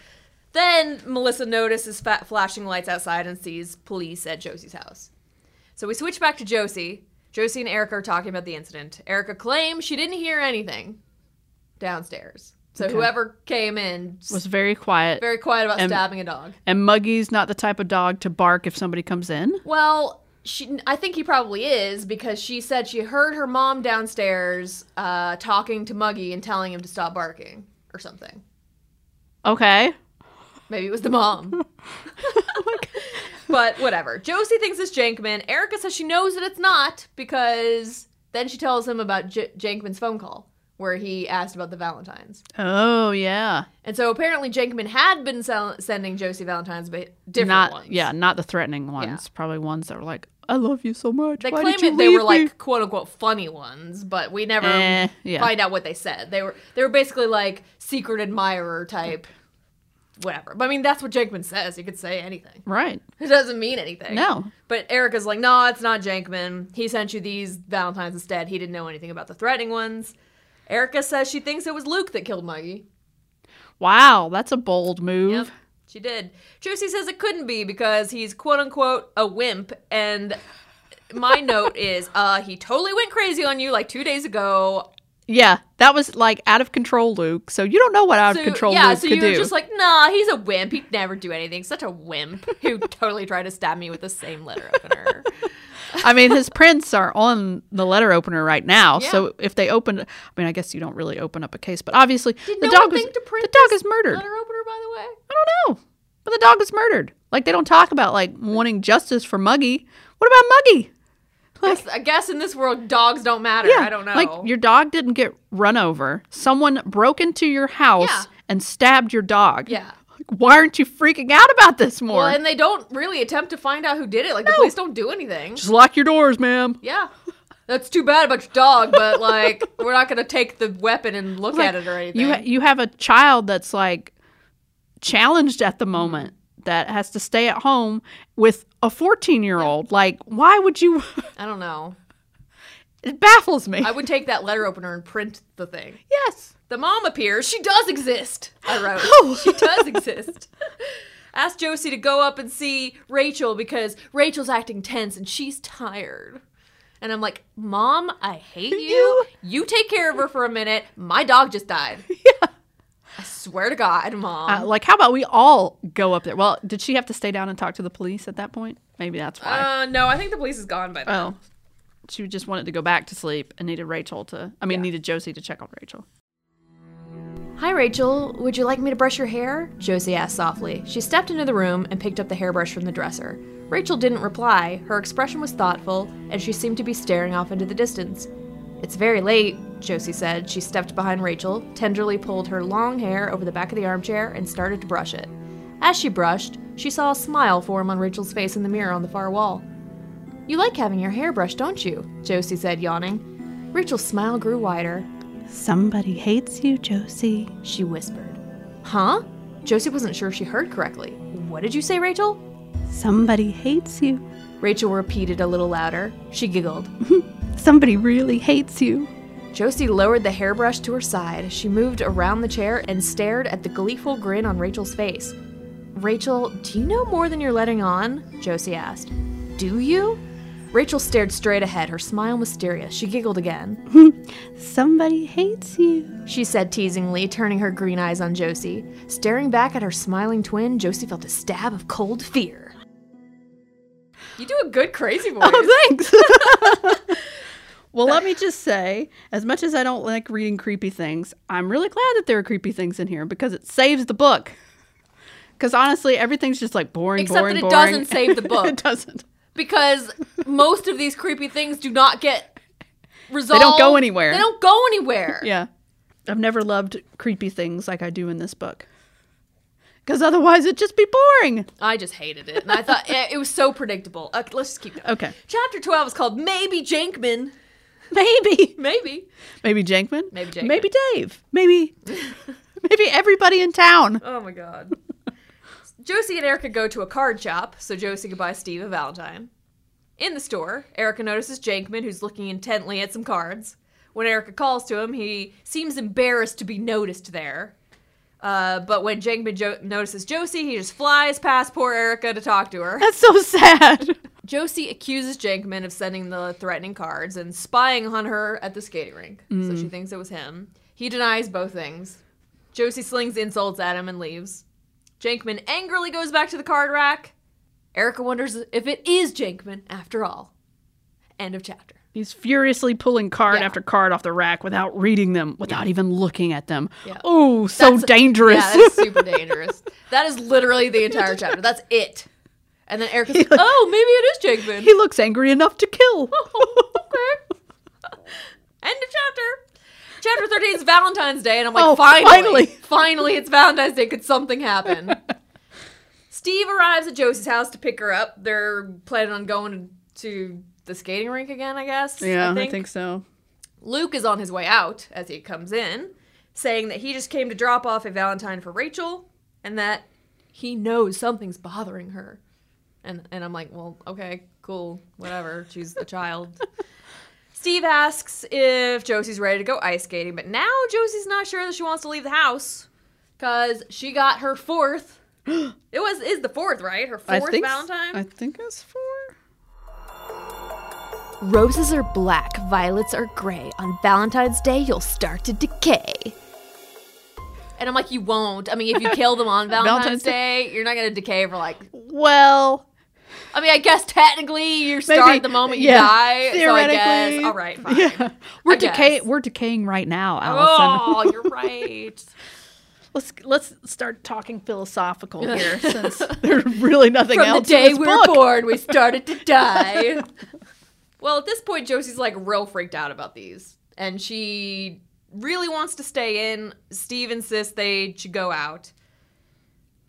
A: Then Melissa notices fa- flashing lights outside and sees police at Josie's house. So we switch back to Josie. Josie and Erica are talking about the incident. Erica claims she didn't hear anything downstairs. So
B: Okay.
A: whoever came in was
B: Was very quiet.
A: very quiet about
B: And-
A: stabbing a dog.
B: and Muggy's not the type of dog to bark if somebody comes in.
A: Well, she, I think he probably is because she said she heard her mom downstairs uh, talking to Muggy and telling him to stop barking or something.
B: Okay.
A: Maybe it was the mom.
B: Oh
A: but whatever. Josie thinks it's Jankman. Erica says she knows that it's not because then she tells him about J- Jankman's phone call where he asked about the Valentines.
B: Oh yeah.
A: And so apparently Jankman had been sell- sending Josie Valentines, but different
B: not
A: ones.
B: yeah, not the threatening ones. Probably ones that were like, "I love you so much.
A: They
B: Why
A: claim
B: did you
A: that they
B: leave
A: were
B: me?"
A: like quote unquote funny ones, but we never
B: Eh, yeah.
A: find out what they said. They were they were basically like secret admirer type, whatever. But I mean that's what Jankman says. He could say anything.
B: right.
A: It doesn't mean anything.
B: No.
A: But Erica's like, no, it's not Jankman. He sent you these Valentines instead. He didn't know anything about the threatening ones. Erica says she thinks it was Luke that killed Muggy.
B: Wow, that's a bold move.
A: Yep, she did. Josie says it couldn't be because he's quote unquote a wimp. And my note is, uh, he totally went crazy on you like two days ago.
B: Yeah, that was like out of control, Luke. So you don't know what out of control
A: yeah,
B: Luke
A: so
B: could
A: you were
B: do.
A: just like, nah, he's a wimp. He'd never do anything. Such a wimp who totally tried to stab me with the same letter opener.
B: I mean, his prints are on the letter opener right now.
A: Yeah.
B: So if they opened, I mean, I guess you don't really open up a case, but obviously the
A: no
B: dog
A: one
B: was
A: think to print
B: the dog
A: this Uh.
B: is murdered.
A: letter opener, by the way.
B: I don't know, but the dog was murdered. Like they don't talk about like wanting justice for Muggy. What about Muggy?
A: Yes, I guess in this world, dogs don't matter. I don't know.
B: Like your dog didn't get run over. Someone broke into your house
A: Yeah.
B: and stabbed your dog.
A: yeah.
B: Like, why aren't you freaking out about this more?
A: Well, and they don't really attempt to find out who did it. Like the police don't do anything.
B: Just lock your doors, ma'am.
A: Yeah. That's too bad about your dog, but like we're not gonna take the weapon and look at
B: Like,
A: it or anything.
B: You ha- you have a child that's like challenged at the moment that has to stay at home with a 14 year old. Like, why would you?
A: I don't know.
B: it baffles me.
A: I would take that letter opener and print the thing.
B: yes.
A: The mom appears. She does exist. I wrote.
B: Oh.
A: She does exist. Ask Josie to go up and see Rachel because Rachel's acting tense and she's tired. And I'm like, Mom, I hate you. You take care of her for a minute. My dog just died. Yeah. I swear to God, Mom.
B: Uh, like, how about we all go up there? Well, did she have to stay down and talk to the police at that point? Maybe that's why.
A: Uh, no, I think the police is gone by now.
B: Oh. She just wanted to go back to sleep and needed Rachel to, I mean, needed Josie to check on Rachel.
A: Hi, Rachel. Would you like me to brush your hair? Josie asked softly. She stepped into the room and picked up the hairbrush from the dresser. Rachel didn't reply. Her expression was thoughtful, and she seemed to be staring off into the distance. It's very late, Josie said. She stepped behind Rachel, tenderly pulled her long hair over the back of the armchair, and started to brush it. As she brushed, she saw a smile form on Rachel's face in the mirror on the far wall. You like having your hair brushed, don't you? Josie said, yawning. Rachel's smile grew wider.
D: Somebody hates you, Josie.
A: She whispered. Huh? Josie wasn't sure she heard correctly. What did you say, Rachel?
D: Somebody hates you.
A: Rachel repeated a little louder. She giggled.
D: Somebody really hates you.
A: Josie lowered the hairbrush to her side. She moved around the chair and stared at the gleeful grin on Rachel's face. Rachel, do you know more than you're letting on? Josie asked. Do you? Rachel stared straight ahead, her smile mysterious. She giggled again.
D: Somebody hates you.
A: She said teasingly, turning her green eyes on Josie. Staring back at her smiling twin, Josie felt a stab of cold fear. You do a good crazy voice.
B: Oh, thanks. well, let me just say, as much as I don't like reading creepy things, I'm really glad that there are creepy things in here because it saves the book. Because honestly, everything's just like boring,
A: Except
B: boring,
A: that it
B: boring.
A: doesn't save the book.
B: it doesn't.
A: because most of these creepy things do not get resolved.
B: go anywhere.
A: They don't go anywhere.
B: Yeah. I've never loved creepy things like I do in this book. Because otherwise it'd just be boring.
A: I just hated it, and I thought eh, it, it was so predictable. Okay, let's just keep going.
B: Okay.
A: Chapter twelve is called "Maybe Jankman."
B: Maybe.
A: Maybe.
B: Maybe Jankman.
A: Maybe Jankman.
B: Maybe Dave. Maybe. maybe everybody in town.
A: Oh my god. Josie and Erica go to a card shop, so Josie could buy Steve a Valentine. In the store, Erica notices Jankman, who's looking intently at some cards. When Erica calls to him, he seems embarrassed to be noticed there. Uh, but when Jankman jo- notices Josie, he just flies past poor Erica to talk to her.
B: That's so sad.
A: Josie accuses Jankman of sending the threatening cards and spying on her at the skating rink, so
B: Mm.
A: she thinks it was him. He denies both things. Josie slings insults at him and leaves. Jankman angrily goes back to the card rack. Erica wonders if it is Jankman after all. End of chapter.
B: He's furiously pulling card
A: Yeah.
B: after card off the rack without reading them, without even looking at them.
A: Yeah.
B: Oh, so
A: That's-
B: dangerous.
A: Yeah, that's super dangerous. that is literally the entire chapter. That's it. And then Erica's like, oh, maybe it is Jankman.
B: he looks angry enough to kill.
A: okay. End of chapter. Chapter 13 is Valentine's Day, and I'm like,
B: Oh,
A: finally, finally,
B: finally.
A: it's Valentine's Day. Could something happen? Steve arrives at Josie's house to pick her up. They're planning on going to the skating rink again, I guess.
B: yeah, I think. so.
A: Luke is on his way out as he comes in, saying that he just came to drop off a Valentine for Rachel and that he knows something's bothering her. And and I'm like, well, okay, cool, whatever. She's a child. Steve asks if Josie's ready to go ice skating, but now Josie's not sure that she wants to leave the house because she got her fourth. it was is the fourth, right? Her
B: I
A: fourth
B: think
A: Valentine.
B: I think it's four.
C: Roses are black, violets are gray. On Valentine's Day, you'll start to decay.
A: and I'm like, you won't. I mean, if you kill them on Valentine's,
B: Valentine's
A: Day, you're not gonna decay for like
B: Well,
A: I mean, I guess technically you start the moment you
B: yeah,
A: die. So I guess.
B: theoretically.
A: All right, fine.
B: Yeah. We're decay-
A: guess.
B: we're decaying right now, Allison.
A: Oh, you're right.
B: Let's let's start talking philosophical here since there's really nothing
A: From the
B: else.
A: day
B: in this
A: we
B: book.
A: were born, we started to die. well, at this point, Josie's like real freaked out about these, and she really wants to stay in. Steve insists they should go out.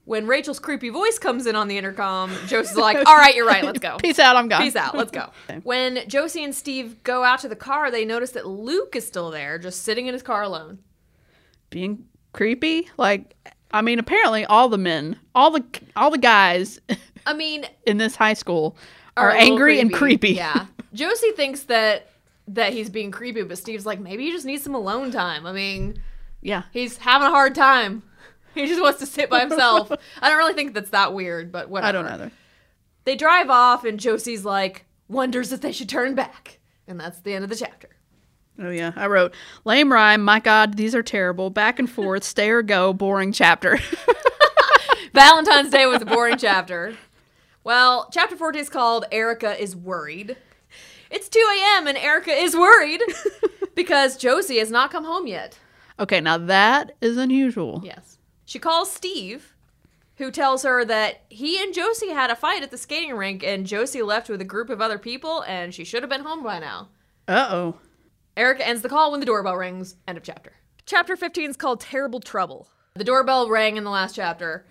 A: When Rachel's creepy voice comes in on the intercom, Josie's like, "All right, you're right. Let's go."
B: Peace out, I'm gone.
A: Peace out. Let's go. When Josie and Steve go out to the car, they notice that Luke is still there, just sitting in his car alone.
B: Being creepy, like I mean, apparently all the men, all the all the guys
A: I mean,
B: in this high school are,
A: a little
B: angry and creepy.
A: Yeah. Josie thinks that that he's being creepy, but Steve's like, maybe he just needs some alone time. I mean,
B: yeah.
A: he's having a hard time. He just wants to sit by himself. I don't really think that's that weird, but whatever.
B: I don't either.
A: They drive off, and Josie's like, wonders if they should turn back, and that's the end of the chapter.
B: Oh yeah, I wrote lame rhyme. My God, these are terrible. Back and forth, stay or go. Boring chapter.
A: Valentine's Day was a boring chapter. Well, chapter 14 is called Erica is Worried. It's 2 a.m. and Erica is worried because Josie has not come home yet.
B: Okay, now that is unusual.
A: Yes. She calls Steve, who tells her that he and Josie had a fight at the skating rink and Josie left with a group of other people and she should have been home by now.
B: Uh oh.
A: Erica ends the call when the doorbell rings. End of chapter. Chapter 15 is called Terrible Trouble. The doorbell rang in the last chapter.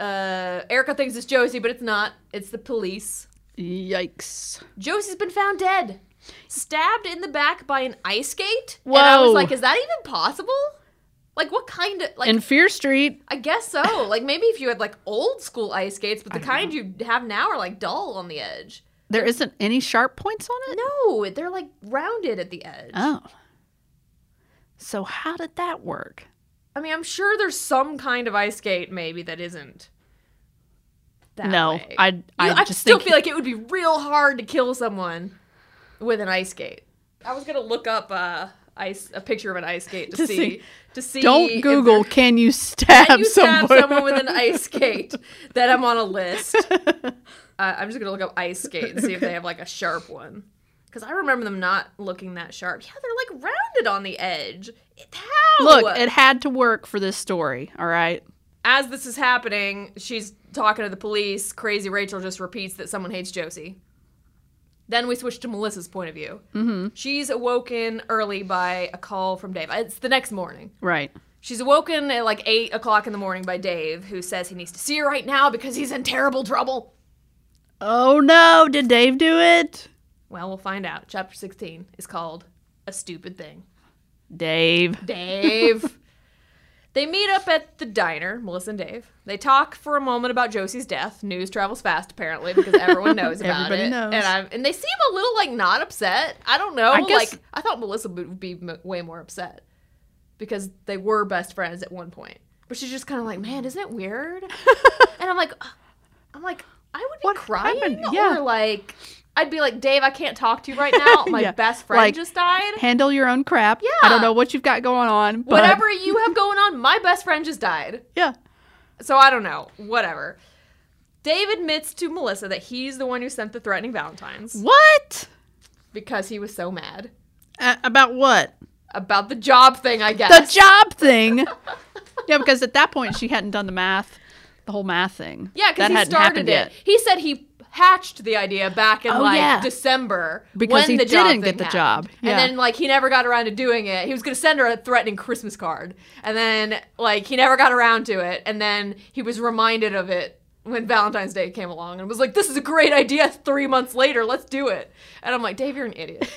A: Uh, Erica thinks it's Josie, but it's not. It's the police.
B: Yikes.
A: Josie's been found dead, stabbed in the back by an ice skate. And I was
B: Whoa.
A: like, is that even possible? Like, what kind of like?
B: In Fear Street,
A: I guess so. Like maybe if you had like old school ice skates, but the kind you have now are like dull on the edge.
B: there isn't any sharp points on it?
A: No, they're like rounded at the edge.
B: Oh. So how did that work?
A: I mean, I'm sure there's some kind of ice skate maybe that isn't. That
B: No,
A: way.
B: I-
A: You-
B: I
A: I
B: just
A: still
B: think-
A: feel like it would be real hard to kill someone with an ice skate. I was gonna look up uh, ice a picture of an ice skate to,
B: To
A: see,
B: see-
A: to see.
B: Don't
A: if
B: Google can you stab,
A: Can you stab
B: someone?
A: someone with an ice skate? That I'm on a list. Uh, I'm just gonna look up ice skate and see if they have like a sharp one, because I remember them not looking that sharp. Yeah, they're like rounded on the edge. It- How?
B: Look, it had to work for this story, all right?
A: as this is happening, she's talking to the police. Crazy Rachel just repeats that someone hates Josie. Then we switch to Melissa's point of view. Mm-hmm. She's awoken early by a call from Dave. It's the next morning.
B: Right.
A: She's awoken at like 8 o'clock in the morning by Dave, who says he needs to see her right now because he's in terrible trouble.
B: Oh no, did Dave do it?
A: Well, we'll find out. Chapter 16 is called A Stupid Thing.
B: Dave.
A: Dave. they meet up at the diner, Melissa and Dave. They talk for a moment about Josie's death. News travels fast, apparently, because everyone knows about
B: Everybody
A: it.
B: knows.
A: And, I'm, and they seem a little like not upset. I don't know.
B: I guess-
A: like I thought Melissa would be m- way more upset because they were best friends at one point. But she's just kind of like, man, isn't it weird? and I'm like, "Ugh." I'm like, I would be
B: What
A: crying
B: happened? Yeah.
A: or like. I'd be like, Dave, I can't talk to you right now. My
B: Yeah.
A: best friend
B: Like,
A: just died.
B: Handle your own crap. Yeah. I don't know what you've got going on. But
A: Whatever you have going on, my best friend just died.
B: Yeah.
A: So I don't know. Whatever. Dave admits to Melissa that he's the one who sent the threatening Valentines
B: What?
A: because he was so mad
B: A- about what?
A: about the job thing, I
B: The
A: guess.
B: job thing. yeah, because at that point she hadn't done the math, the whole math thing.
A: yeah,
B: That
A: because he
B: hadn't
A: started
B: happened
A: it. He said he hatched the idea back in
B: Oh,
A: like
B: yeah.
A: December
B: Because
A: when
B: he
A: the job
B: didn't
A: thing
B: get the
A: happened.
B: job. Yeah.
A: And then like he never got around to doing it. He was gonna send her a threatening Christmas card. And then like he never got around to it. And then he was reminded of it when Valentine's Day came along and was like, This is a great idea three months later, let's do it. And I'm like, Dave, you're an idiot.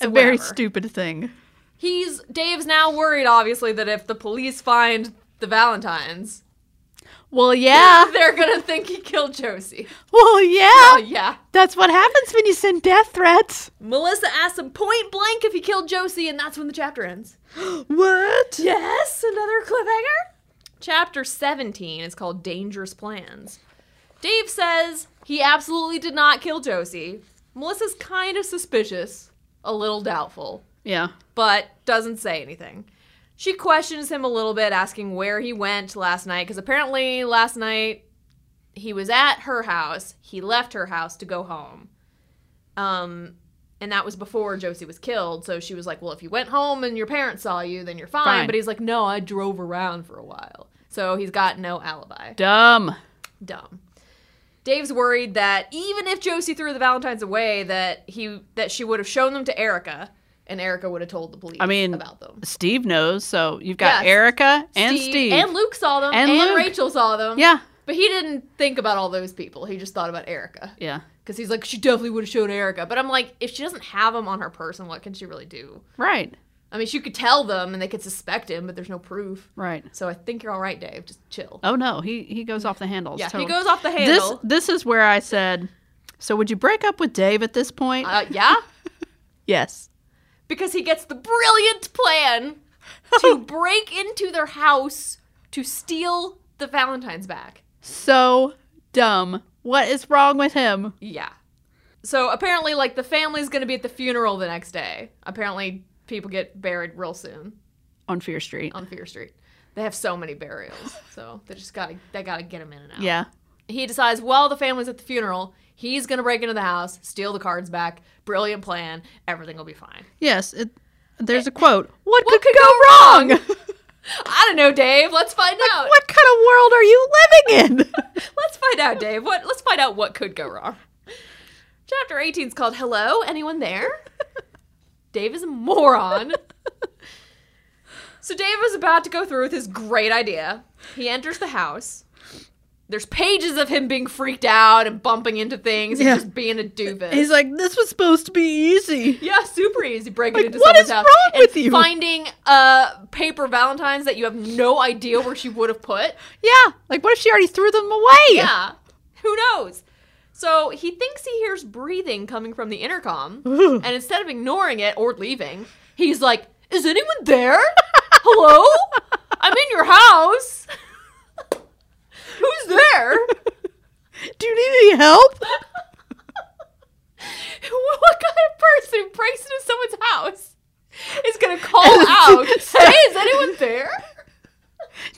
B: A very
A: whatever.
B: stupid thing.
A: He's Dave's now worried, obviously, that if the police find the Valentines,
B: Well, yeah.
A: they're gonna think he killed Josie.
B: Well, yeah.
A: Oh yeah.
B: That's what happens when you send death threats.
A: Melissa asks him point blank if he killed Josie, and that's when the chapter ends.
B: What?
A: Yes, another cliffhanger. Chapter 17 is called Dangerous Plans. Dave says he absolutely did not kill Josie. Melissa's kind of suspicious, a little doubtful,
B: Yeah.
A: but doesn't say anything. She questions him a little bit, asking where he went last night, because apparently last night he was at her house. He left her house to go home. Um, and that was before Josie was killed. So she was like, Well, if you went home and your parents saw you, then you're fine.
B: Fine.
A: But he's like, No, I drove around for a while. So he's got no alibi.
B: Dumb.
A: Dumb. Dave's worried that even if Josie threw the Valentines away, that he that she would have shown them to Erica, and Erica would have told the police
B: I mean,
A: about them.
B: Steve knows, so you've got
A: Yes.
B: Erica and Steve.
A: and Luke saw them, and,
B: And Luke.
A: Rachel saw them.
B: Yeah.
A: but he didn't think about all those people. He just thought about Erica
B: Yeah.
A: because he's like, she definitely would have shown Erica. But I'm like, if she doesn't have them on her person, what can she really do?
B: Right.
A: I mean, she could tell them and they could suspect him, but there's no proof.
B: Right.
A: So I think you're all right, Dave. Just chill.
B: Oh no, he he goes off the handles.
A: yeah,
B: totally.
A: he goes off the handle.
B: This this is where I said, so would you break up with Dave at this point?
A: Uh, yeah,
B: yes.
A: because he gets the brilliant plan to break into their house to steal the Valentines back.
B: So dumb. What is wrong with him?
A: Yeah. So apparently, like, the family's gonna be at the funeral the next day. Apparently, people get buried real soon
B: On Fear Street.
A: on Fear Street. They have so many burials, so they just gotta they gotta get them in and out.
B: yeah.
A: He decides, well, the family's at the funeral. He's gonna break into the house, steal the cards back. Brilliant plan. Everything will be fine.
B: Yes. It, There's a quote. What,
A: What
B: could,
A: could
B: go, wrong?
A: I don't know, Dave. Let's find out.
B: what kind of world are you living in?
A: Let's find out, Dave. What? Let's find out what could go wrong. Chapter 18 is called "Hello, anyone there?" Dave is a moron. So Dave is about to go through with his great idea. He enters the house. There's pages of him being freaked out and bumping into things and
B: Yeah.
A: just being a doofus.
B: He's like, this was supposed to be easy.
A: yeah, super easy breaking
B: Like,
A: into
B: what
A: someone's
B: is
A: house
B: wrong
A: and
B: with you?
A: finding uh paper valentines that you have no idea where she would have put.
B: Yeah. Like, what if she already threw them away?
A: Yeah. Who knows? So he thinks he hears breathing coming from the intercom,
B: Ooh.
A: and instead of ignoring it or leaving, he's like, "Is anyone there? Hello? I'm in your house. Who's there?
B: Do you need any help?
A: What what kind of person who breaks into someone's house is gonna call out, "Hey, is anyone there?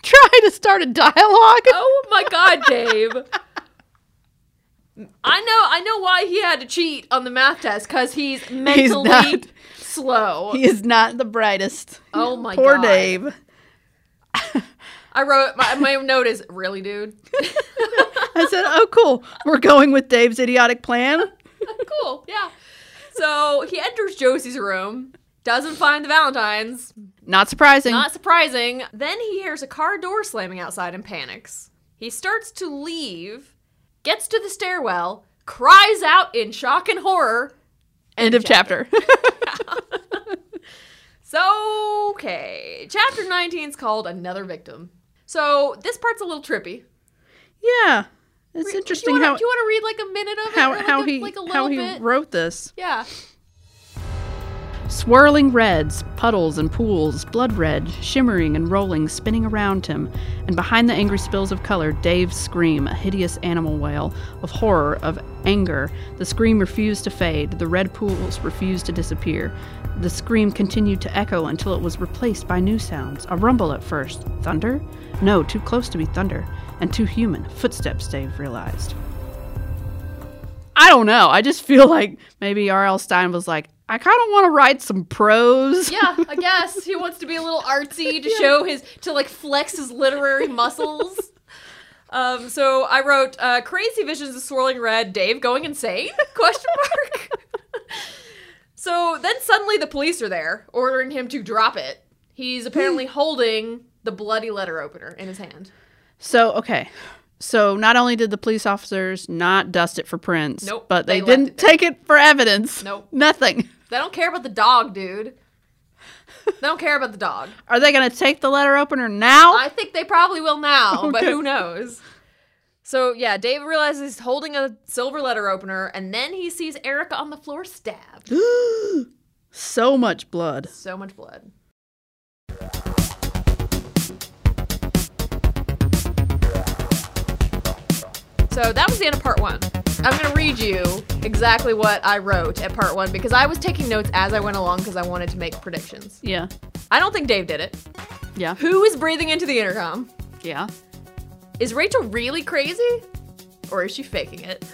B: Trying to start a dialogue.
A: Oh my god, Dave." I know, I know why he had to cheat on the math test because he's mentally
B: not.
A: slow.
B: He is not the brightest.
A: Oh my
B: Poor
A: God.
B: Dave.
A: I wrote my, my note is really, dude.
B: I said, oh, cool. We're going with Dave's idiotic plan.
A: cool, yeah. So he enters Josie's room, doesn't find the Valentines.
B: Not surprising.
A: Not surprising. Then he hears a car door slamming outside and panics. He starts to leave, gets to the stairwell, cries out in shock and horror.
B: End of chapter.
A: So, okay. Chapter 19 is called Another Victim. So, this part's a little trippy.
B: yeah. It's
A: Do you
B: interesting
A: wanna-
B: how,
A: Do you want to read like a minute of it?
B: how,
A: or, like,
B: how
A: a-
B: he,
A: like a little
B: how he
A: bit?
B: wrote this.
A: yeah.
B: Swirling reds, puddles and pools, blood red, shimmering and rolling, spinning around him. And behind the angry spills of color, Dave's scream, a hideous animal wail of horror, of anger. The scream refused to fade, the red pools refused to disappear. The scream continued to echo until it was replaced by new sounds. A rumble at first. Thunder? No, too close to be thunder. And too human. Footsteps, Dave realized. I don't know. I just feel like maybe R.L. Stein was like, I kind of want to write some prose.
A: Yeah, I guess he wants to be a little artsy to show his to like flex his literary muscles. Um, so I wrote uh, "Crazy Visions of Swirling Red." Dave going insane? Question mark. so then suddenly the police are there, ordering him to drop it. He's apparently holding the bloody letter opener in his hand.
B: So, okay. So, not only did the police officers not dust it for prints,
A: Nope,
B: but
A: they
B: they,
A: left
B: didn't
A: it there.
B: take it for evidence.
A: Nope.
B: Nothing.
A: They don't care about the dog, dude. They don't care about the dog.
B: Are they going to take the letter opener now?
A: I think they probably will now, but
B: Okay.
A: who knows? So yeah, Dave realizes he's holding a silver letter opener, and then he sees Erica on the floor stabbed.
B: so much blood.
A: So much blood. So that was the end of part one. I'm gonna read you exactly what I wrote at part one because I was taking notes as I went along because I wanted to make predictions.
B: Yeah.
A: I don't think Dave did it.
B: Yeah.
A: Who is breathing into the intercom?
B: Yeah.
A: Is Rachel really crazy? Or is she faking it?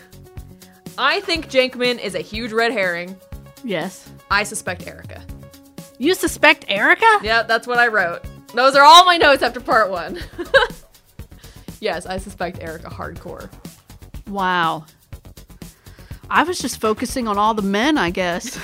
A: I think Jankman is a huge red herring.
B: Yes.
A: I suspect Erica.
B: You suspect Erica?
A: Yeah, that's what I wrote. Those are all my notes after part one. yes, I suspect Erica hardcore.
B: Wow. I was just focusing on all the men, I guess.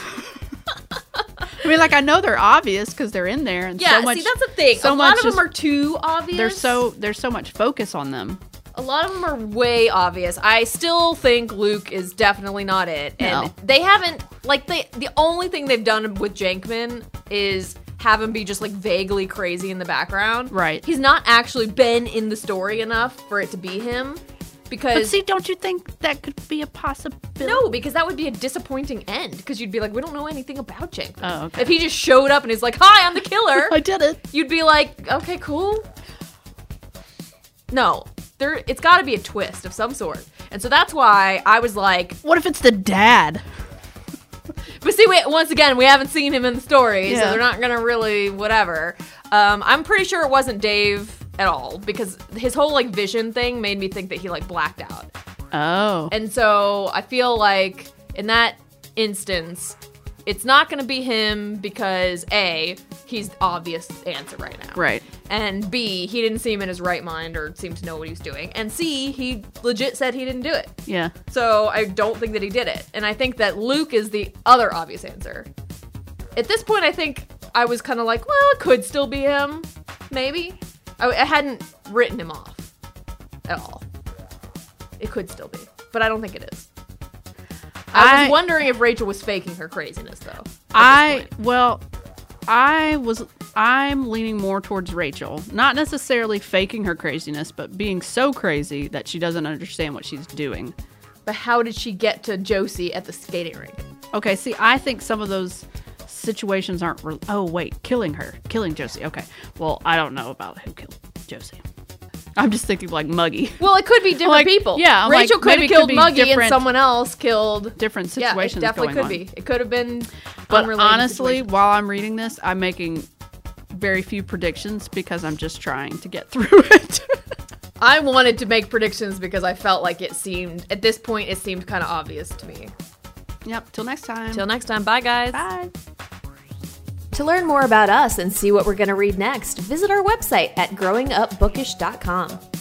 B: I mean, like I know they're obvious because they're in there, and
A: Yeah,
B: so much.
A: see, that's the thing.
B: so
A: a lot
B: much
A: of them
B: is-
A: are too obvious.
B: There's so there's so much focus on them.
A: A lot of them are way obvious. I still think Luke is definitely not it. And
B: No.
A: they haven't like they the only thing they've done with Jankman is have him be just like vaguely crazy in the background.
B: Right.
A: He's not actually been in the story enough for it to be him
B: But
A: because
B: see, don't you think that could be a possibility?
A: no, because that would be a disappointing end because you'd be like we don't know anything about Jankman.
B: Oh, okay.
A: If he just showed up and he's like, "Hi, I'm the killer."
B: I did it.
A: you'd be like, okay, cool. No, there. It's got to be a twist of some sort, and so that's why I was like,
B: What if it's the dad?
A: but see, wait, once again, we haven't seen him in the story, so
B: Yeah.
A: they're not gonna really whatever. Um, I'm pretty sure it wasn't Dave at all because his whole like vision thing made me think that he like blacked out,
B: Oh,
A: and so I feel like in that instance, It's not going to be him because A, he's the obvious answer right now.
B: Right.
A: And B, he didn't seem in his right mind or seem to know what he was doing. And C, he legit said he didn't do it.
B: Yeah.
A: So I don't think that he did it. And I think that Luke is the other obvious answer. At this point, I think I was kind of like, well, it could still be him. Maybe. I, I hadn't written him off at all. It could still be. But I don't think it is. I,
B: I-
A: was wondering if Rachel was faking her craziness, though. at this
B: I
A: point.
B: well, I was I'm leaning more towards Rachel, not necessarily faking her craziness, but being so crazy that she doesn't understand what she's doing.
A: But how did she get to Josie at the skating rink?
B: Okay, see, I think some of those situations aren't. Re- oh wait, killing her, killing Josie. Okay, well, I don't know about who killed Josie. I'm just thinking like Muggy.
A: Well, it could be different
B: Like,
A: people.
B: yeah, I'm
A: Rachel
B: like,
A: could
B: maybe
A: have
B: it could
A: killed
B: be
A: Muggy and
B: different-
A: someone else killed.
B: Different
A: Yeah, it
B: situations.
A: definitely
B: going
A: could
B: on.
A: be. It could have been.
B: But
A: unrelated
B: honestly,
A: situations.
B: while I'm reading this, I'm making very few predictions because I'm just trying to get through it.
A: I wanted to make predictions because I felt like it seemed at this point it seemed kind of obvious to me.
B: yep. Till next time.
A: Till next time, bye guys.
B: Bye.
C: To learn more about us and see what we're going to read next, visit our website at growingupbookish.com.